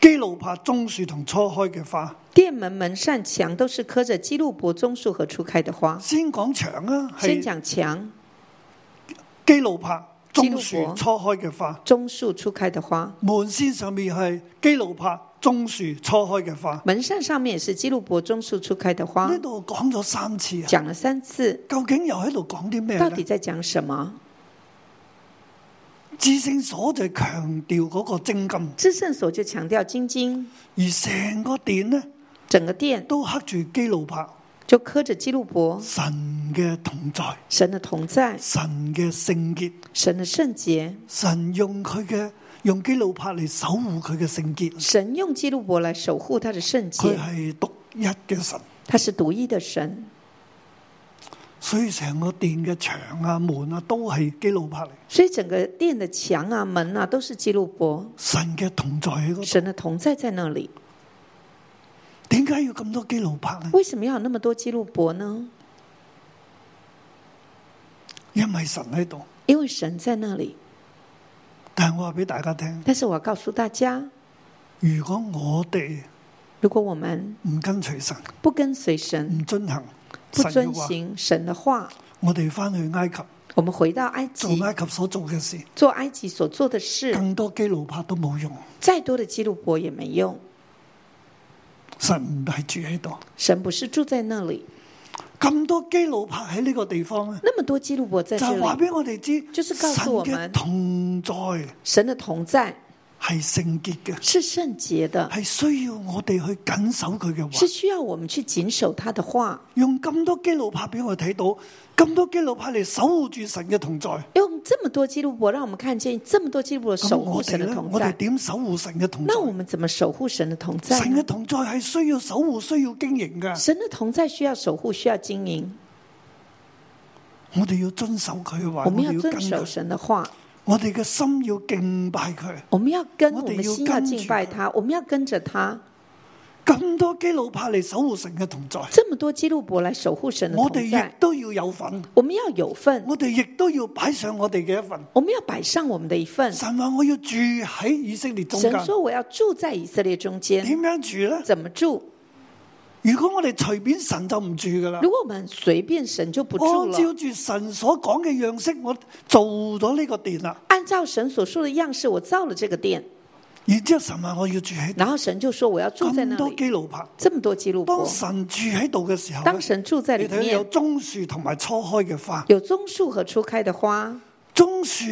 基路柏棕樹同初開嘅花。殿门门扇墙都是刻着基路伯棕树和初开的花。先講牆啊，先係讲墙，基路柏棕基路樹柏初開嘅花，棕树初开的花，門扇上面係基路柏棕樹初開嘅花。门扇上面也是基路伯棕树初开的花呢。度講咗三次啊，啊讲了三次，究竟又喺度講啲咩到底咧？在講什么？至聖所就係強調嗰個精金，至圣所就强调金经，而成個殿呢整个殿都刻住基路柏就刻着基路伯神嘅同在。神的同在，神嘅聖潔，神的圣洁，神用佢嘅用基路柏嚟守護佢嘅聖潔，神用基路伯来守护他的圣佢洁，係獨一嘅神，他是独一的神，所以成個殿嘅牆啊、門啊都係基路柏嚟，所以整个殿的墙啊、门啊都是基路伯神嘅同在喺嗰度。神的同在在那里。點解要咁多基路柏呢？为什么要有那么多基路伯呢？因為神喺度。因为神在那里。但係我話俾大家聽，但是我要告诉大家，如果我哋如果我们唔跟隨神，不跟随神，唔遵行不神遵嘅話，行神的话，我哋翻去埃及我们回到埃及做埃及所做嘅事，做埃及所做的事，更多基路柏都冇用。再多的基路伯也没用。神唔係住喺度，神不是住在那里，咁多基路柏喺呢個地方咧。那么多基路伯在就这係話里，俾我哋知，就是告訴我們神嘅同在神的同在係聖潔嘅，是圣洁的，係需要我哋去緊守佢嘅話。是需要我们去谨守他的话。用咁多基路柏俾我睇到，咁多基路柏嚟守護住神嘅同在。用这么多基路伯，让我们看见这么多基路伯咁守护我哋神的咧，同我哋在。點守護神嘅同在那？我们怎么守护神的同在神呢嘅？同在係需要守護、需要經營噶。神的同在需要守护，需要经营。我哋要遵守佢嘅話，我我们要哋要跟遵守佢，神的话，我哋嘅心要敬拜佢。我们要跟我我得们要心要跟敬住拜他他，我们要跟着他。咁多基路柏嚟守護神嘅同在，这么多基路伯来守护神的我哋同亦在，都要有份，我们要有份，我哋亦都要擺上我哋嘅一份。我们要摆上我们的一份。神话我要住喺以色列中神间，说：“我要住在以色列中间。点样住呢”？怎么住？如果我哋随便神就唔住噶啦如，果我们随便神就不住按照了。住神所讲嘅样式，我做咗呢个殿啦。按照神所说的样式，我造了这个殿，然之后神话我要住喺然后神就说我要住在那咁多里。基路柏。这么多基路伯当，神住喺度嘅时候呢，当神住在你里睇到有面，棕树同埋初开嘅花，有棕树和初开的花，棕树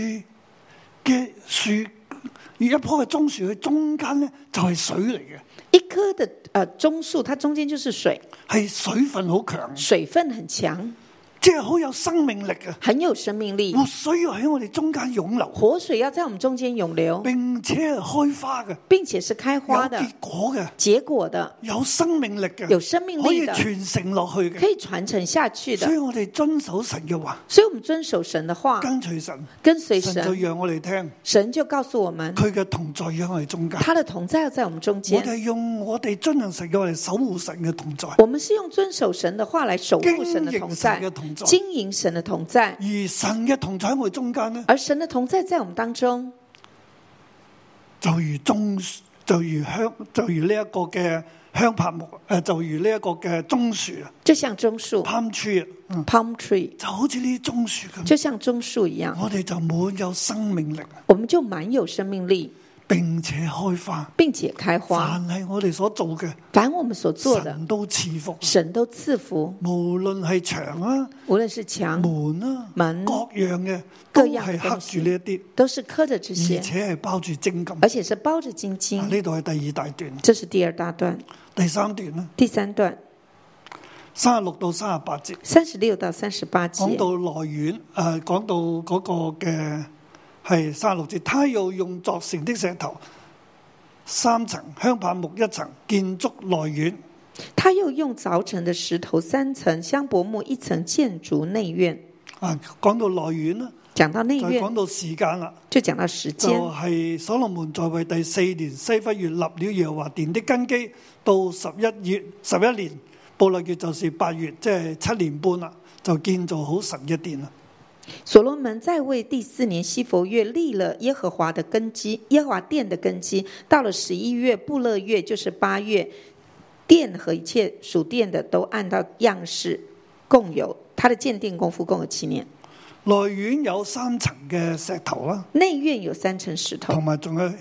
嘅树，而一棵嘅棕树佢中间呢就系水嚟嘅，一棵的呃棕树，它中间就是水，系水分好强，水分很强，即系好有生命力嘅，很有生命力，活水要喺我哋中间涌流。活水要在我们中间涌流，并且系开花嘅，并且是开花的有结果嘅，结果的，有生命力嘅，有生命可以力的，传承落去可嘅。以传承下去所以的。我哋遵守神嘅话，所以，我们遵守神的话，跟随神，跟随神就神，让我哋听神就告诉我们，佢嘅同在喺我哋中间。他的同在要在我们中我间。哋用我哋遵行神嘅，我哋守护神嘅同在，我们是用遵守神的话来守护神的同经在营神的同，在经营神的同在，而神嘅同在喺我哋中间呢，而神的同在在我们当中，就如棕，就如香，就如呢一个嘅香柏木，诶，就如呢一个嘅棕树啊就像棕树 （palm tree），嗯 （palm tree），就好似呢啲棕树咁，就像棕树一样，我哋就满有生命力，我们就满有生命力，并且开花。并且开花。凡系我哋所做嘅，凡我们所做的，神都赐福。神都赐福，無論係牆啊、无论是墙，門啊、門各樣嘅，各都樣係嘅刻住呢一啲，都是刻着这而且些，係包住精金。啊而且是包着金金。呢度係第二大段，这是第二大段，第三段啦，第三段三十六到三十八節三十六到三十八节講到內院，诶、呃，讲到嗰個嘅係三十六節，他要用作成的石頭三層香柏木一層建築內院，他又用凿成的石头三层，香柏木一层建筑内院。啊，講到內院啦，讲到内就院，講到時間啦，就讲到时就间。係所羅門在位第四年西弗月立了耶和華殿的根基，到十一月十一年布勒月就是八月，即係七年半啦，就建造好神嘅殿啦。所罗门在位第四年，西佛月立了耶和华的根基，耶和华殿的根基。到了十一月布勒月，就是八月，殿和一切属殿的都按照样式共有。他的建殿功夫共有七年，內院有三層嘅石頭啦，内院有三层石头同，埋仲有一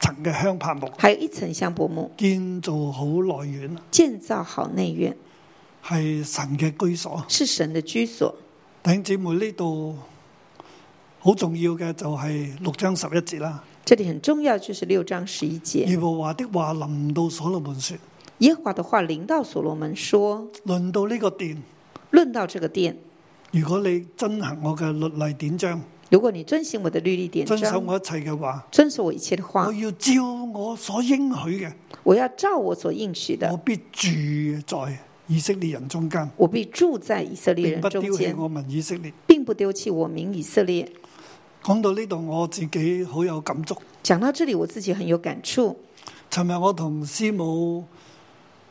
層嘅香柏木，还有一层香柏木，建造好內院啦，建造好内院係神嘅居所。是神的居所。弟兄姊妹呢度好重要嘅就係六章十一節啦。这里很重要，就是六章十一节，耶和華的話臨到所羅門說：耶和华的话临到所罗门说論到呢個殿，：“论到这个殿，如果你遵行我嘅律例典章，如果你遵行我的律例典遵守章，啊我一切嘅話，遵守我一切的话我，要照我所應許嘅，我要照我所应许我的，必住在以色列人中間，我必住在以色列並人不中丟棄间，我民以色列。并不丢弃我民以色列。講到呢度，我自己好有感觸。讲到这里，我自己很有感触。尋日我同師母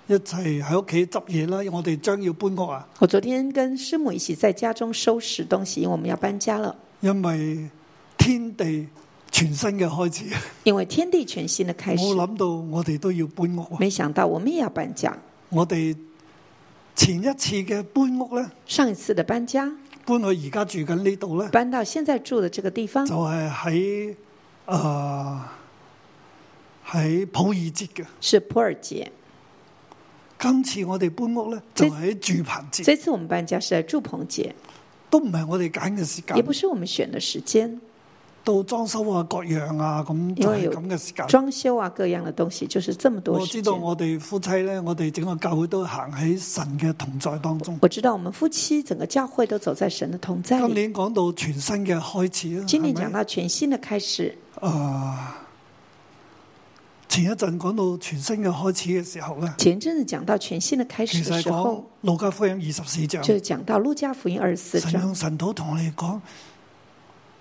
一齊喺屋企執嘢啦，我哋將要搬屋啊。我昨天跟师母一起在家中收拾东西，因为我们要搬家了，因為天地全新嘅開始，因为天地全新的 开始冇。諗到我哋都要搬屋啊！没想到我们也要搬家。我哋前一次嘅搬屋咧，上一次的搬家，搬去而家住緊呢度咧，搬到现在住的这个地方就，係喺啊喺普爾節嘅。是普洱节。今次我哋搬屋咧，就即喺住棚節，这次我们搬家是在祝棚节，都唔係我哋揀嘅時也間，不是我们選的时间，到裝修啊各樣啊咁就係因為有咁嘅時間。装修啊各样的东西，就是这么多我时知道间。我哋夫妻咧，我哋整個教會都行喺神嘅同在當中。我知道我们夫妻整个教会都走在神的同在今里。年講到全新嘅開始啦，啊今年係咪讲到全新的开始，啊，前一陣講到全新嘅開始嘅時候咧，前一阵子讲到全新的开其始實的係时講候，路加福音二十四章，就是讲到路加福音二十四神章用，神土同我哋講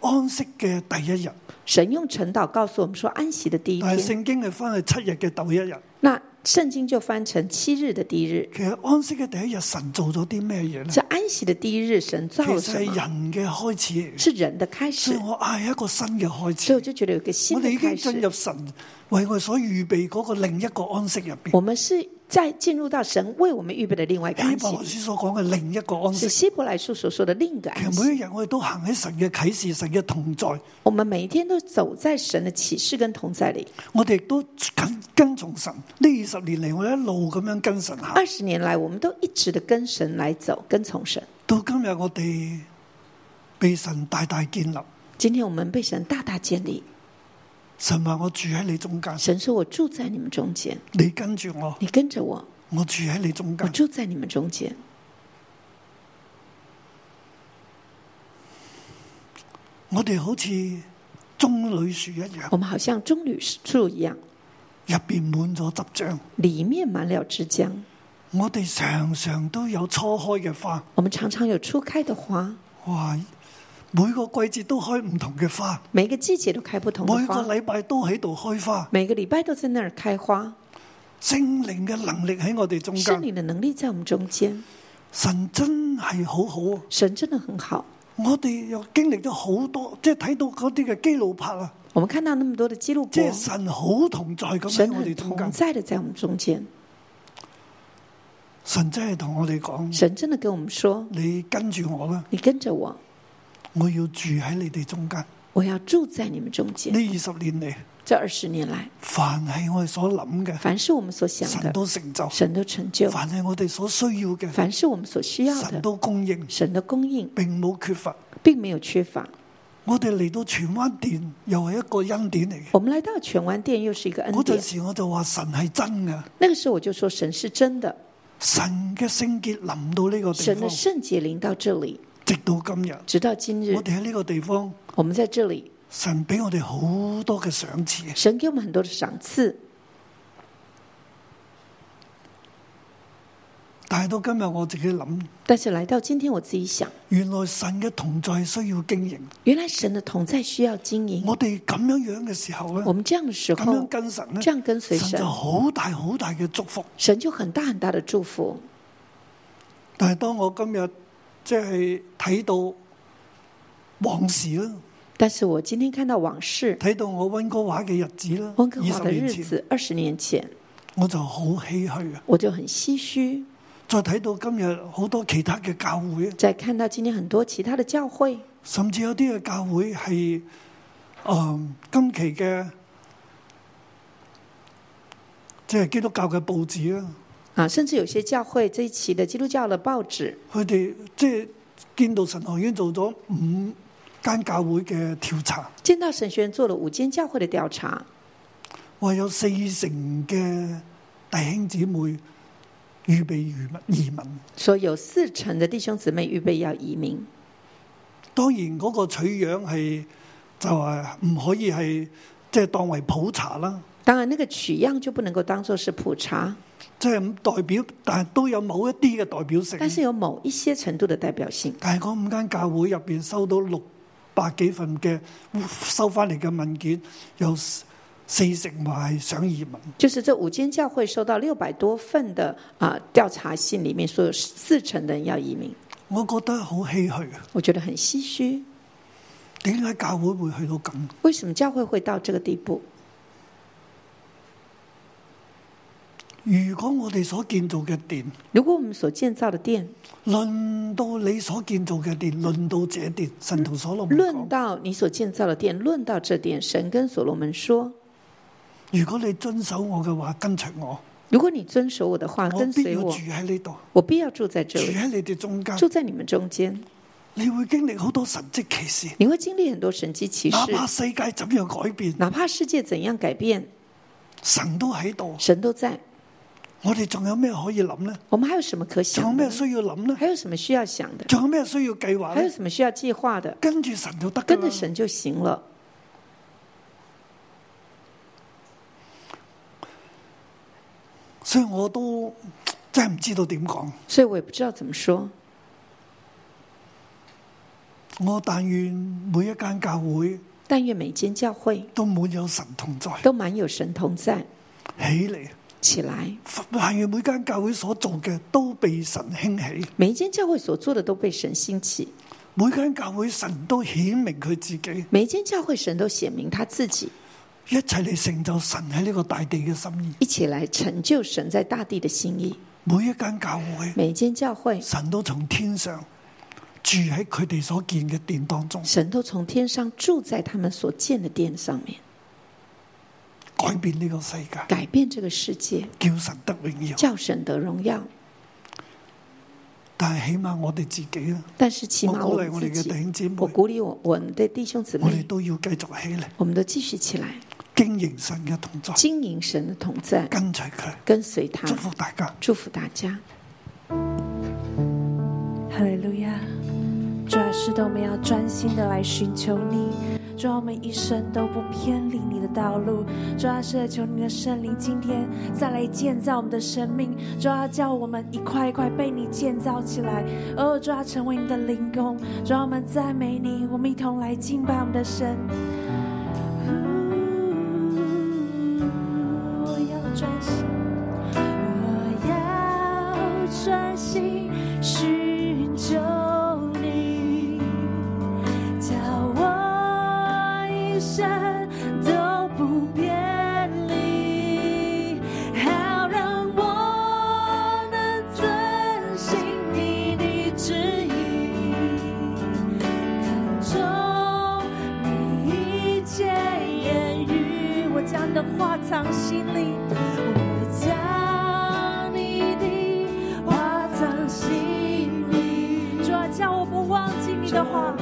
安息嘅第一日，神用晨祷告诉我们说安息的第一但係天，聖經係翻去七日嘅第一日。那圣经就翻成七日的第一日。其實安息嘅第一日，神做咗啲咩嘢咧？这安息的第一日，神其造了實什係么？人嘅開始嚟嘅，是人的开所以始，我嗌一個新嘅開所以我始。就觉得有一个新我哋的已开經始進。入神為我哋所預備嗰個另一個安息入邊。我们是在进入到神为我们预备的另外一个希安伯來息，書所講嘅另一個安息是。希伯来书所说的另一个其安實息。每一日我哋都行喺神嘅啟示、神嘅同在，我们每一天都走在神的启示跟同在里。我哋亦都跟跟從神。呢二十年嚟，我哋一路咁樣跟神行，二十年来，我们都一直的跟神来走，跟从神。到今日我哋被神大大建立。今天我们被神大大建立，神話我住喺你中間，神说：“我住在你们中间，你跟住我，你跟着我，我住喺你中我間。住在你们中间。我哋好似棕櫚樹一樣，我们好像棕榈树一样，入邊滿咗汁漿。里面满了枝浆。我哋常常都有初開嘅花，我们常常有初开的花，哇！每個季節都開唔同嘅花，每个季节都开不同每的個花，禮拜都喺度開花。每个礼拜都在那儿开花。聖靈嘅能力喺我哋中間圣。灵的能力在我们中间，神真係好好啊！神真的很好。我哋又經歷咗好多，即係睇到嗰啲嘅基路伯啊，我们看到那么多的基路即伯，係神好同在咁神喺我哋很中同間。在的在我们中间。神真係同我哋講：神真的跟我们说你跟住我啦，：“你跟着我，我要住喺你哋中間。我要住在你们中间。呢二十年嚟，”这二十年来，凡係我哋所諗嘅，凡是我们所想神的，都成就；神都成就；凡係我哋所需要嘅，凡是我们所需要神的，都供應，神的供应並冇缺乏。并没有缺乏。我哋嚟到荃灣殿，又係一個恩典嚟嘅。我们来到荃湾店，又是一个恩嗰陣典。時我就話神係真嘅，那个时候我就说，神是真的，神嘅聖潔臨到呢個地神的方，圣洁临到这里，直到今日。直到今日我，哋喺呢個地方，我们在这里，神俾我哋好多嘅賞賜，神给我们很多的赏赐。但係到今日我自己諗，但是来到今天，我自己想，原來神嘅同在需要經營。原来神的同在需要经营。我哋咁樣樣嘅時候我咧，们这样的时咁樣候，跟神咧，这样跟随神神就，好大好大嘅祝福。神就很大很大的祝福。但係當我今日即係睇到往事啦，但是我今天看到往事，睇到我温哥華嘅日子啦，温哥二华十的年日前子，二十年前，我就好唏噓啊！我就很唏嘘。再睇到今日好多其他嘅教會，啊再看到今天很多其他的教会，甚至有啲嘅教會係嗯今期嘅即係基督教嘅報紙啦，啊，甚至有些教会这一期的基督教的报纸，佢哋即係見到神學院做咗五間教會嘅調查，见到神学院做了五间教会的调查，話有四成嘅弟兄姊妹預備移民移民。说有四成的弟兄姊妹预备要移民。當然嗰個取樣係就係唔可以係即係當為普查啦，当然，那个取样就不能够当做是普查，即係咁代表，但係都有某一啲嘅代表性。但是有某一些程度的代表性。但係嗰五間教會入邊收到六百幾份嘅收翻嚟嘅文件，有四成話係想移民，就是这五间教会收到六百多份的啊、调查信，里面说有四成的人要移民，我覺得好唏噓啊！我觉得很唏嘘。點解教會會去到咁？为什么教会会到这个地步？如果我哋所建造嘅殿，如果我们所建造的殿，論到你所建造嘅殿，論到這殿，神徒所羅門论講：到你所建造的殿，论到这殿，神跟所罗门说：如果你遵守我嘅話，跟隨我。如果你遵守我的话，我啊跟必随要我住，喺呢度，我必要住在住这里，喺你哋中間，住在你们中间，你會經歷好多神蹟奇事，你会经历很多神迹奇事。哪怕世界怎樣改變，哪怕世界怎样改变，神都喺度。神都在。我哋仲有咩可以諗呢？我们还有什么仲可有想的咩？需要諗呢？还有什么需要想的？仲有咩需要計劃还呢？有什么需要计划的？跟住神就得㗎跟啦着神就行了。所以我都真係唔知道點講。所以我也不知道怎么说。我但願每一間教會但愿每间教会都滿有神同在，都满有神同在起嚟。起来，但願每間教會所做嘅都被神興起，每一间教会所做的都被神兴起，每間教會神都顯明佢自己，每一间教会神都显明他自己，一齊嚟成就神喺呢個大地嘅心意。一起来成就神在大地的心意。每一間教會，每一间教会，神都從天上住喺佢哋所建嘅殿當中，神都从天上住在他们所建的殿上面，改變呢個世界，改变这个世界，叫神得榮耀。叫神得荣耀。但係起碼我哋自己啊，但是起我码鼓我勵们我自哋嘅己弟，兄姊妹，我鼓励我我们的弟兄姊我哋妹，都要繼續起嚟我們都继续起来，經營神嘅同在，经营神的同在，跟隨佢，跟随他祝，福大家。祝福大家。哈利路亚！主啊，是的，我们要专心的来寻求你。主啊，我们一生都不偏离你的道路。主啊，是的，求你的圣灵今天再来建造我们的生命。主啊，叫我们一块一块被你建造起来。哦，主啊，成为你的灵宫。主啊，我们赞美你，我们一同来敬拜我们的神。呜我哦要专心。我要专心寻求你，叫我一生都不偏离，好让我能遵行你的旨意，看重你一切言语，我将你的话藏心里。我啊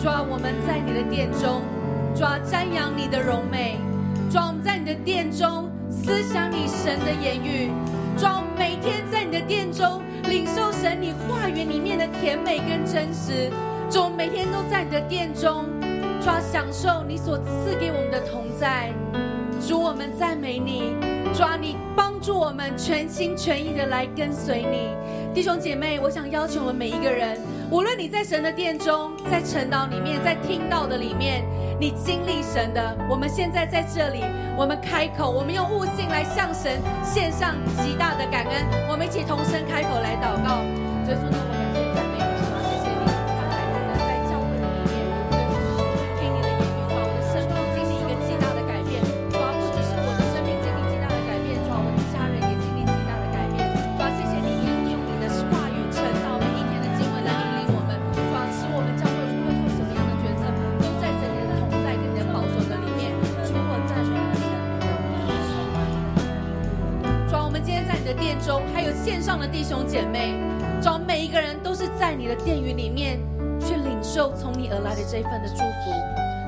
主啊，我们在你的殿中，主啊，瞻仰你的荣美。主啊，我们在你的殿中思想你神的言语。主啊，我们每天在你的殿中领受神你话语里面的甜美跟真实。主啊，我们每天都在你的殿中，主啊，享受你所赐给我们的同在。主，我们赞美你，主啊，你帮助我们全心全意的来跟随你。弟兄姐妹，我想邀请我们每一个人，无论你在神的殿中，在晨祷里面，在听到的里面，你经历神的，我们现在在这里，我们开口，我们用悟性来向神献上极大的感恩，我们一起同声开口来祷告。所以说呢，我感谢赞美你，主啊，谢谢你，让孩子呢在教会里面，给你的言语，把我的生命经历一个极大的改变。主啊，不只是我的生命经历极大的改变，主啊，我的家人也经历极大的改变。主啊，谢谢你，也用你的话语承导每一天的经文来引领我们。主啊，使我们教会无论做什么样的抉择，都在神你的同在跟你的保守的里面。主，我赞美你的主啊，我们今天在你的殿中，还有线上的弟兄姐妹，主啊，每一个人都是在你的殿宇里面去领受从你而来的这一份的祝福。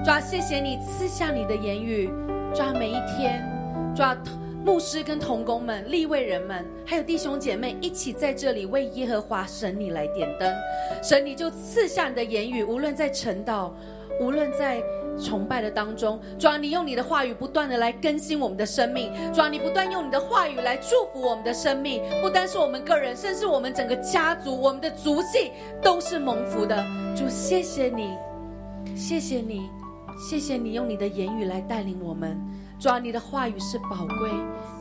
主啊，谢谢你赐下你的言语，主啊，每一天，主啊，牧师跟童工们、立位人们，还有弟兄姐妹一起在这里为耶和华神你来点灯，神你就赐下你的言语，无论在晨祷，无论在崇拜的当中，主啊，你用你的话语不断的来更新我们的生命，主啊，你不断用你的话语来祝福我们的生命，不单是我们个人，甚至我们整个家族、我们的族系都是蒙福的。主，谢谢你，谢谢你，谢谢你用你的言语来带领我们。主啊，你的话语是宝贵，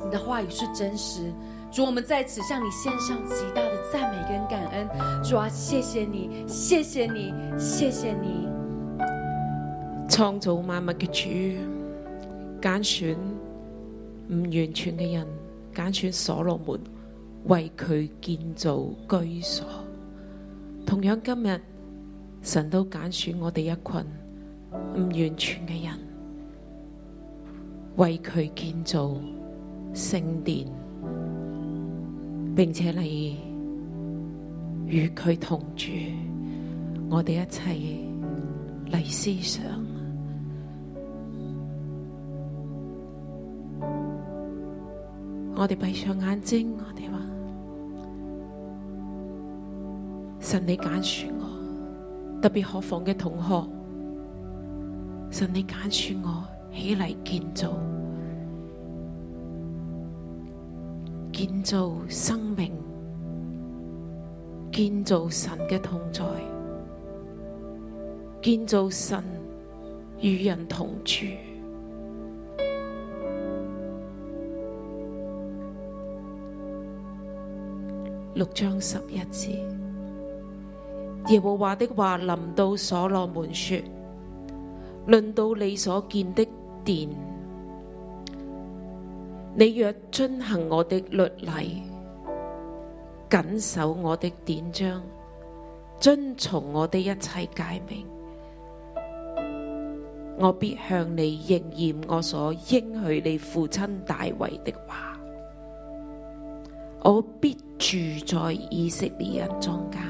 你的话语是真实。主，我们在此向你献上极大的赞美跟感恩。主啊，谢谢你，谢谢你，谢谢你。創造萬物嘅主，揀選唔完全嘅人，揀選所羅門為佢建造居所。同樣今日，神都揀選我哋一群唔完全嘅人，為佢建造聖殿，並且嚟與佢同住。我哋一齊。嚟思想。我哋闭上眼睛，我哋话：神你拣选我，特别学房嘅同学，神你拣选我起嚟建造，建造生命，建造神嘅同在。建造神與人同住。六章十一節，耶和華的話臨到所羅門說：論到你所建的殿，你若遵行我的律例，謹守我的典章。遵從我的一切誡命，我必向你應驗我所應許你父親大衛的話。我必住在以色列人中間，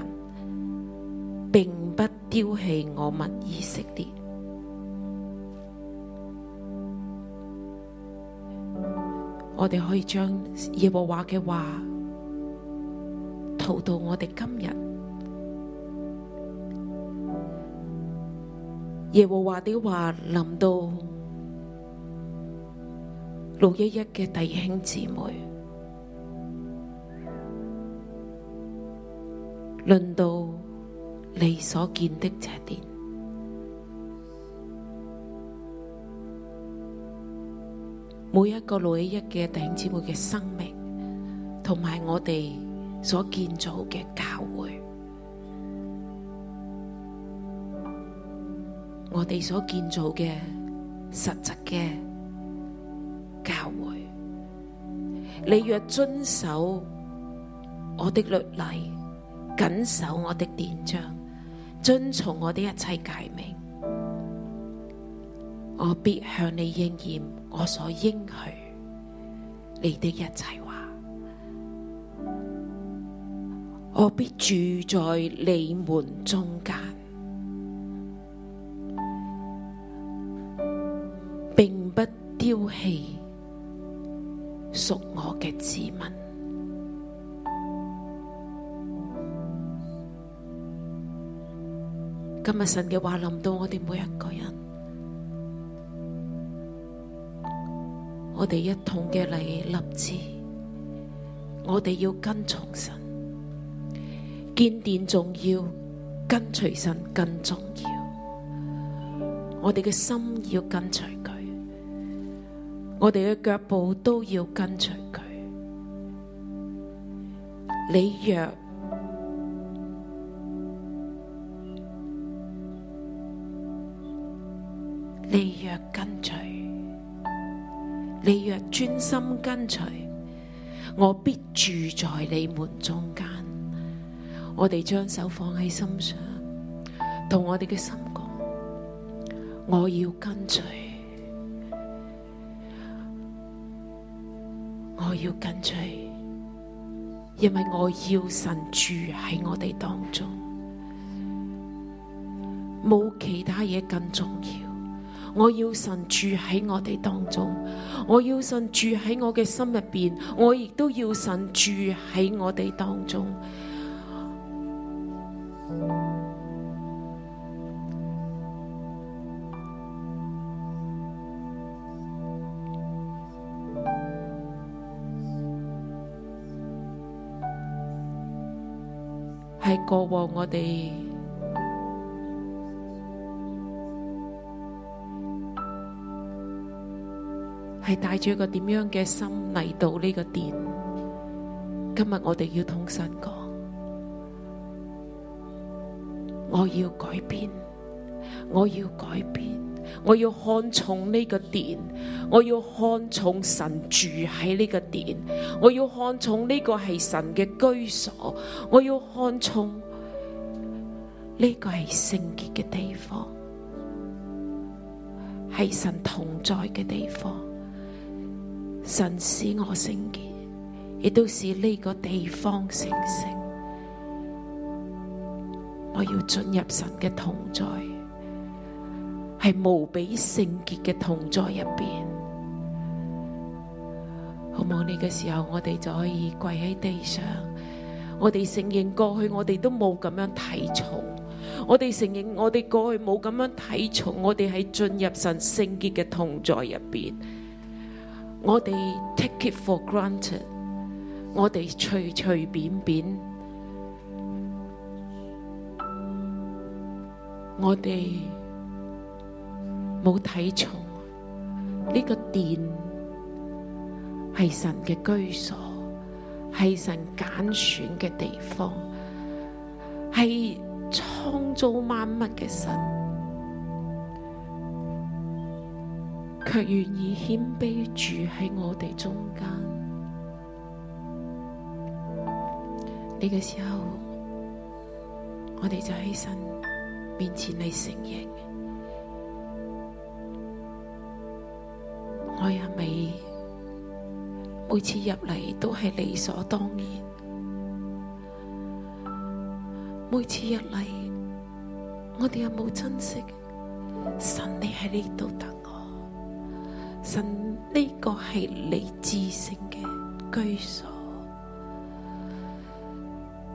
並不丟棄我民以色列。我哋可以將耶和華嘅話套到我哋今日。耶和華的話臨到六一一嘅弟兄姊妹，論到你所見的這殿，每一個六一一嘅弟兄姊妹嘅生命，同埋我哋所建造嘅教會。我哋所建造嘅實質嘅教會。你若遵守我的律例，謹守我的典章，遵從我的一切誡命，我必向你應驗我所應許你的一切話。我必住在你們中間。丟棄屬我嘅子民。今日神嘅話臨到我哋每一個人，我哋一同嘅嚟立志，我哋要跟從神，建殿重要，跟隨神更重要。我哋嘅心要跟隨佢，我哋嘅腳步都要跟隨佢。你若你若跟隨，你若專心跟隨，我必住在你們中間。我哋將手放喺心上，同我哋嘅心講。我要跟隨，我要跟隨，因為我要神住喺我哋當中，冇其他嘢更重要。我要神住喺我哋當中，我要神住喺我嘅心入邊，我亦都要神住喺我哋當中。喺過往我哋係帶住一個點樣嘅心嚟到呢個殿。今日我哋要同神講，我要改變，我要改變，我要看重呢個殿，我要看重神住喺呢個殿，我要看重呢個係神嘅居所，我要看重呢個係聖潔嘅地方，係神同在嘅地方。神使我聖潔，亦都使呢個地方聖聖。我要進入神嘅同在，係無比聖潔嘅同在入邊。好冇呢個時候，我哋就可以跪喺地上。我哋承認過去我哋都冇咁樣睇重，我哋承認我哋過去冇咁樣睇重，我哋喺進入神聖潔嘅同在入邊，我哋 take it for granted，我哋隨隨便便，我哋冇睇重呢個殿。係神嘅居所，係神揀選嘅地方，係創造萬物嘅神，卻願意謙卑住喺我哋中間。呢、個時候，我哋就喺神面前嚟承認，我也未。每次入嚟都係理所當然，每次入嚟，我哋有冇珍惜神你喺呢度等我？神呢個係你至聖嘅居所，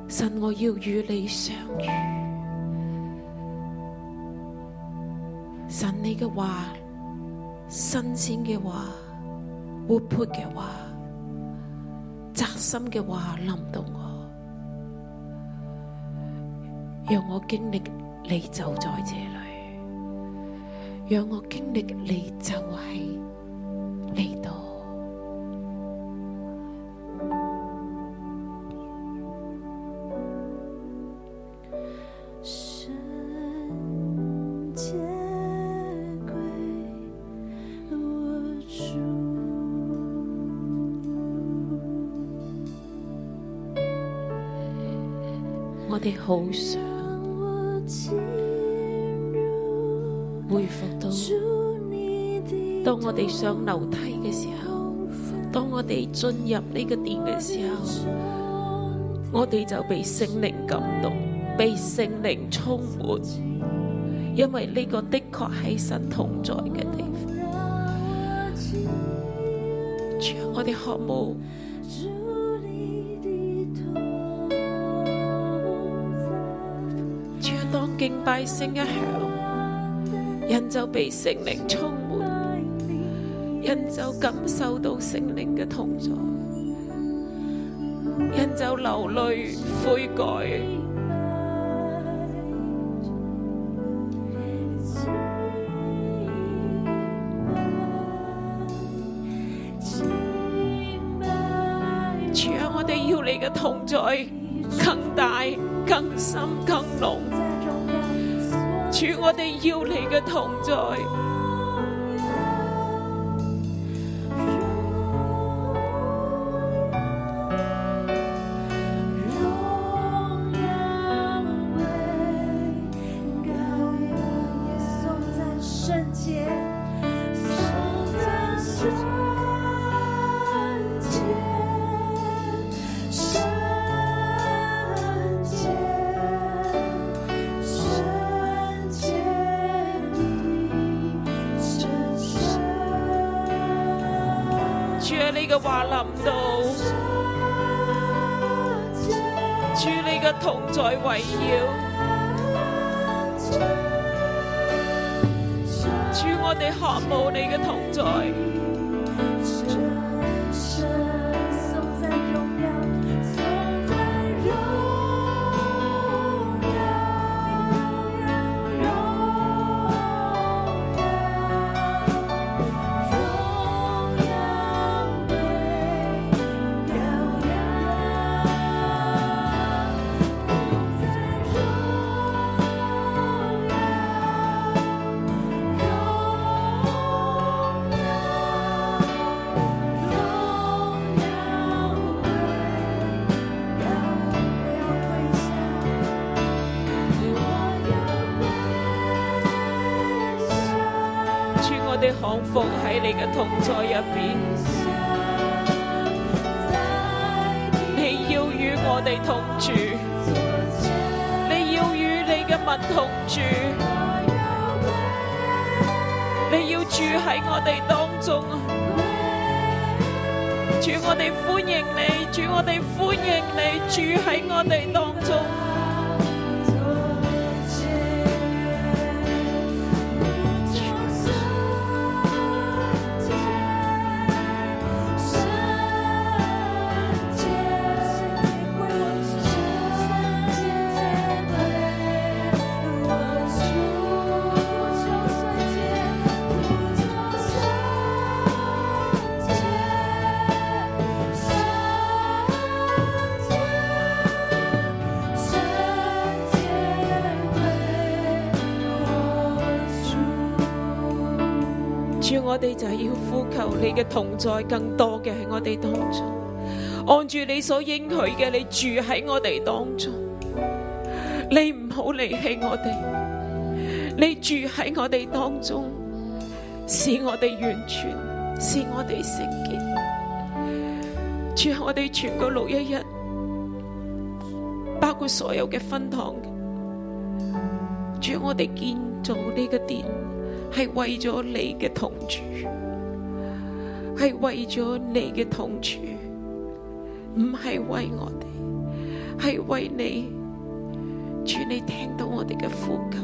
神我要與你相遇，神你嘅話，新鮮嘅話，活潑嘅話。扎心嘅話臨到我，讓我經歷你就在這裏，讓我經歷你就喺呢度。圣洁归我主，我哋好想我进入回復到，主你的當我哋上樓梯嘅時候，當我哋進入呢個殿嘅時候，我哋就被聖靈感動，被聖靈充滿，因為呢個的確係神同在嘅地方。主啊，我哋渴慕主你的同在，主啊，當敬拜聲一響，人就被聖靈充滿，愛你人就感受到聖靈嘅同在，人就流淚悔改。主啊，我哋要你嘅同在更大、更深、更濃。主，我哋要你嘅同在。主啊，你嘅話臨到，主你嘅同在圍繞。主，我哋渴慕你嘅同在，主我哋降服喺你嘅同在入邊。你要與我哋同住，你要與你嘅民同住，你要住喺我哋當中啊！主，我哋歡迎你，主，我哋歡迎你住喺我哋當中。主，我哋就係要呼求你嘅同在更多嘅喺我哋當中，按住你所應許嘅，你住喺我哋當中，你唔好離棄我哋，你住喺我哋當中，使我哋完全，使我哋聖潔。主，我哋全個六一日，包括所有嘅分堂，主，啊我哋建造呢個殿。系为咗你嘅同住，系为咗你嘅同住，唔系为我哋，系为你。主，你听到我哋嘅呼求，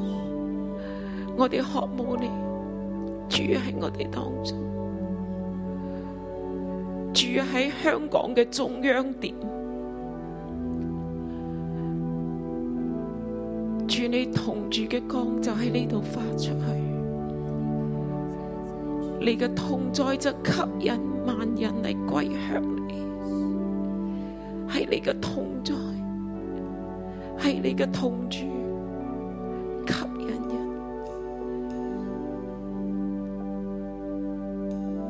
我哋渴慕你，主喺我哋当中，主喺香港嘅中央点，主你同住嘅光就喺呢度發出去。你嘅同在就吸引萬人嚟歸向你，係你嘅同在，係你嘅同住，吸引人。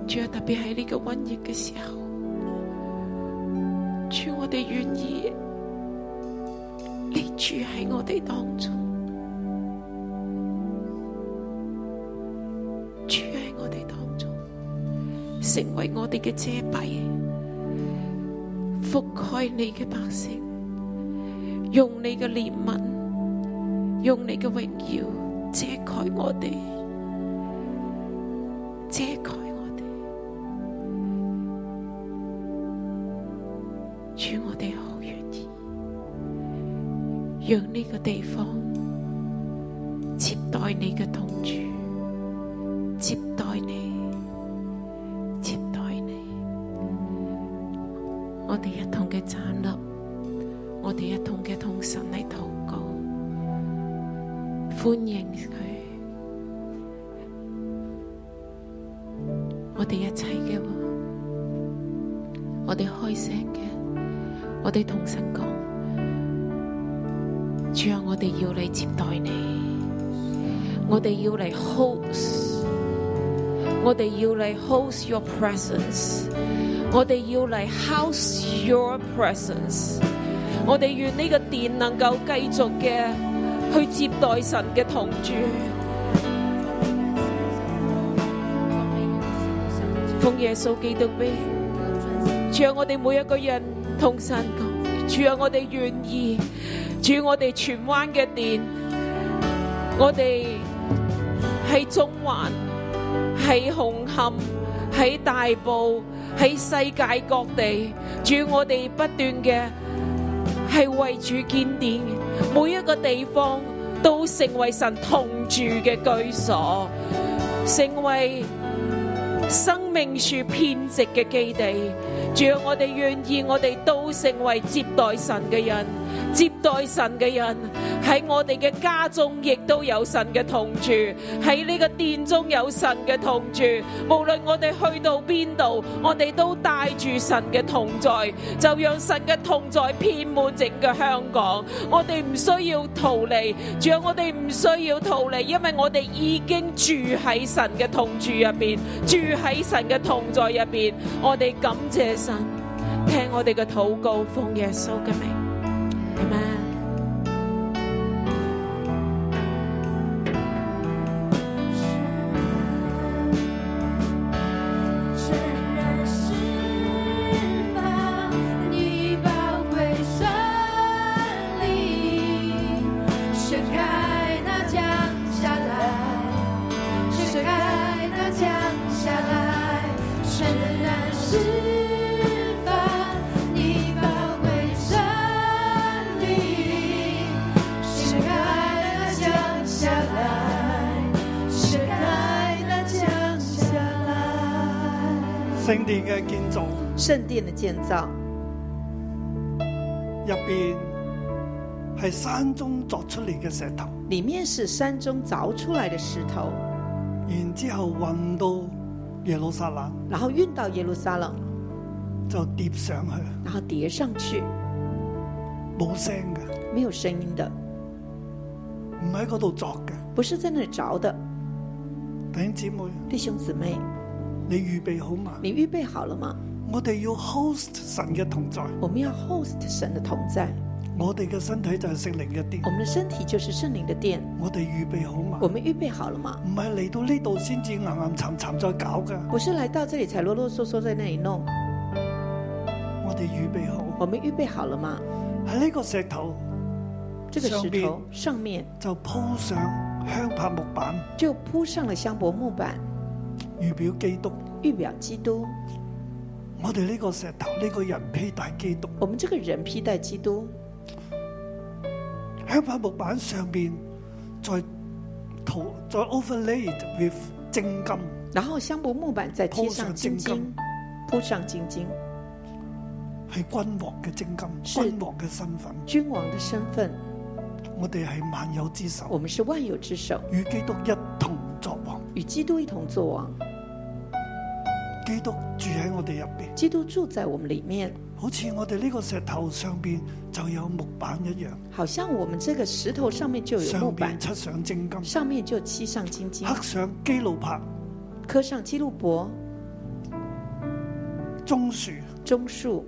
主啊，特別喺呢個瘟疫嘅時候，主我哋願意你住喺我哋當中。住喺我哋當中，成為我哋嘅遮蔽，覆蓋你嘅百姓，用你嘅憐憫，用你嘅榮耀遮蓋我哋，遮蓋我哋，让呢个地方接待你嘅同主，接待你，接待你。我哋一同嘅站立，我哋一同嘅同神嚟祷告，欢迎佢。我哋一齐嘅，我哋开声嘅，我哋同神讲。主啊，我哋要嚟接待你，我哋要嚟 host，我哋要嚟 host your presence，我哋要嚟 house your presence，我哋愿呢个殿能够继续嘅去接待神嘅同住。奉耶稣基督名，主啊，我哋每一个人同神讲，主啊，我哋愿意。主，我哋荃湾嘅殿，我哋喺中环、喺红磡、喺大埔、喺世界各地，主，我哋不断嘅系为主建殿，每一个地方都成为神同住嘅居所，成为生命树遍植嘅基地。主啊，我哋愿意，我哋都成为接待神嘅人，接待神嘅人喺我哋嘅家中亦都有神嘅同住，喺呢个殿中有神嘅同住。无论我哋去到边度，我哋都带住神嘅同在，就让神嘅同在遍满整个香港。我哋唔需要逃离，主啊，我哋唔需要逃离，因为我哋已经住喺神嘅同住入边，住喺神嘅同在入边。我哋感谢神，听我哋嘅祷告，奉耶稣嘅名，阿门。全然释放你宝贵神力，伸开那降下来，伸开那降下来，全然释放你宝贵神力，伸开那降下来。是爱的降下来。聖殿嘅建造入圣殿的建造邊係山中鑿出嚟嘅石頭，里面是山中凿出来的石头，然之後運到耶路撒冷然后运到耶路撒冷，就疊上去，然后叠上去，冇聲嘅，没有声音的，唔喺嗰度鑿嘅。不是在那里凿的。弟兄姊妹，弟兄姊妹，你預備好嘛？你预备好了吗？我哋要 host 神嘅同在，我们要 host 神的同在，我哋嘅身體就係聖靈嘅殿我，们的身体就是圣灵的殿，我哋預備好嘛？我们预备好了吗？唔係嚟到呢度先至岩岩沉沉再搞噶，不是来到这里才啰啰嗦嗦在那里弄，我哋預備好我们预备好了吗？喺呢個石頭这个上石边头上面就鋪上香柏木板，就铺上了香柏木板，預表基督。预表基督。我哋呢個石頭呢、個人披戴基督，我们这个人披戴基督，香柏木板上面再塗再 overlaid with 正金，然后香柏木板再贴上金铺上金金，铺上金金，係君王嘅正金，是君王嘅身份。君王的身份，我哋係萬有之我首，们是万有之首，與基督一同作王。与基督一同作王。基督住喺我哋入邊，基督住在我们里面，好似我哋呢個石頭上邊就有木板一樣。好像我们这个石头上面就有木上板边，漆上正金，上面就漆上金金，刻上基路柏、刻上基路伯、棕樹、棕树、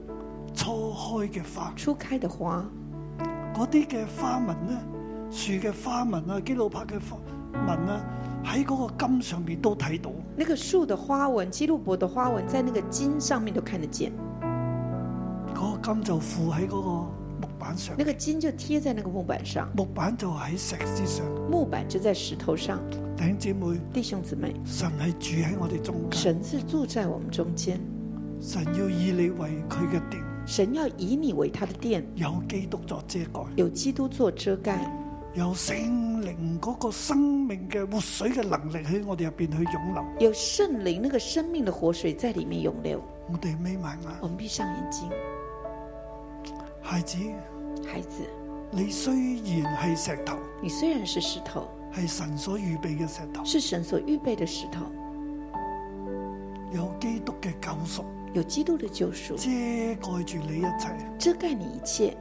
初開嘅花，初开的花，嗰啲嘅花紋呢，樹嘅花紋啊，基路柏嘅花紋啊，喺嗰個金上面都睇到。那个树的花纹，基路伯的花纹，在那个金上面都看得见，嗰、個金就附喺嗰個木板上那，个金就贴在那个木板上，木板就喺石之上。木板就在石头上。弟兄姊妹，弟兄姊妹，神係住喺我哋中間，神是住在我们中间，神要以你為佢嘅殿，神要以你为他的殿，有基督作遮蓋，有基督做遮盖，有聖靈嗰個生命嘅活水嘅能力喺我哋入邊去湧流。有圣灵那个生命的活水在里面涌流。我哋眯埋眼，我们闭上眼睛，孩子，孩子，你雖然係石頭，你虽然是石头，係神所預備嘅石頭，是神所预备的石头，有基督嘅救贖有基督的救赎遮蓋住你一切，遮盖你一切，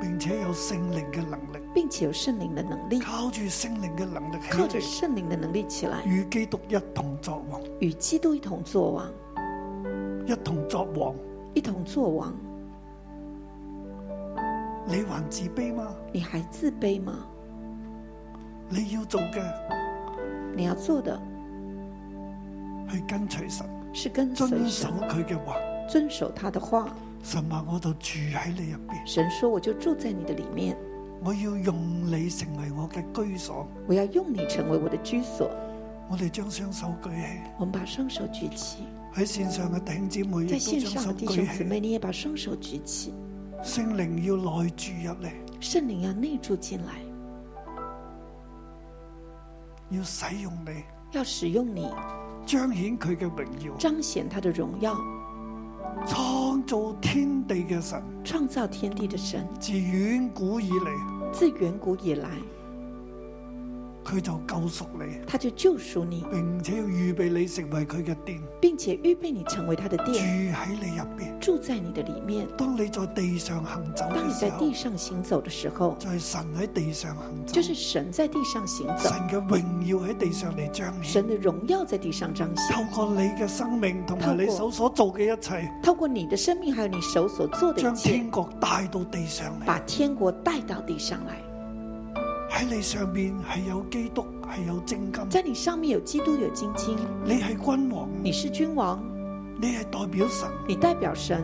並且有聖靈嘅能力，并且有圣灵的能力，靠住聖靈嘅能力起靠着嚟，圣灵的能力起来，與基督一同作王，与基督一同作王，一同作王。一同作王。你還自卑嗎？你还自卑吗？你要做嘅你要做的係跟隨神，是跟随遵守神，佢嘅話。遵守他的话。神話我就住喺你入邊，神说：“我就住在你的里面，我要用你成為我嘅居所。我要用你成为我的居所。我哋將雙手舉起，”我们把双手举起，喺線上嘅弟兄姊妹亦在线都將上的手弟兄舉姊起。妹，你也把双手举起。聖靈要內住入嚟，圣灵要内住进来，要使用你，要使用你，彰顯佢嘅榮耀。彰显他的荣耀。創造天地嘅神，创造天地的神，自遠古以嚟，自远古以来，佢就救贖你，他就救赎你，並且要預備你成為佢嘅殿，并且预备你成为他的住殿，喺你入邊。住在你的里面。當你在地上行走当你嘅在時候地，上行走的时候，就係神喺地上行走就。是神在地上行走神，嘅榮耀喺地上嚟彰顯，神的荣耀在地上彰显。透過你嘅生命同埋你透過手所做嘅一切，透过你的生命，还有你手所做的將一切天，國帶到地上嚟。把天国带到地上来。喺你上面係有基督，係有精金。在你上面有基督，有金经，你係君王，你是君王，你係代表神你代表神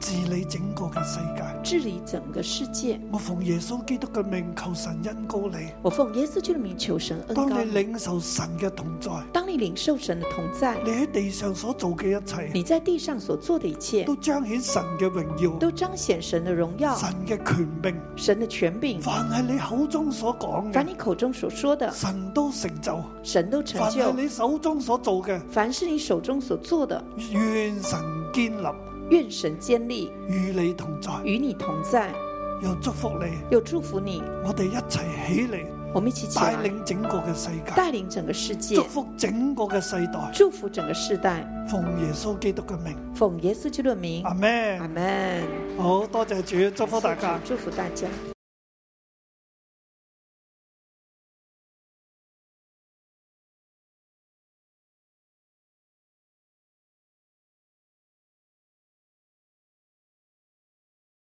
治理整個嘅世界。治理整个世界。我奉耶穌基督嘅命，求神恩高你。我奉耶稣基督的名求神恩當高你。領受神嘅同在，当你领受神的同在，你喺地上所做嘅一切，你在地上所做的一切，都彰顯神嘅榮都彰显神的荣耀耀、、神嘅權柄。神的权柄。凡係你口中所講凡嘅，你口中所说的，神都成就。神都成凡係就。你手中所做嘅，凡是你手中所做的，愿神建立愿神坚立，与你同在，与你同在，又祝福你。又祝福你。我哋一齐起嚟，我们一起起带来，领整个嘅世界，带领整个世界祝，福整个嘅世代。祝福整个世代。奉耶稣基督嘅名，奉耶稣基督的名阿，阿咩？门。好多谢主，祝福大家。祝福大家。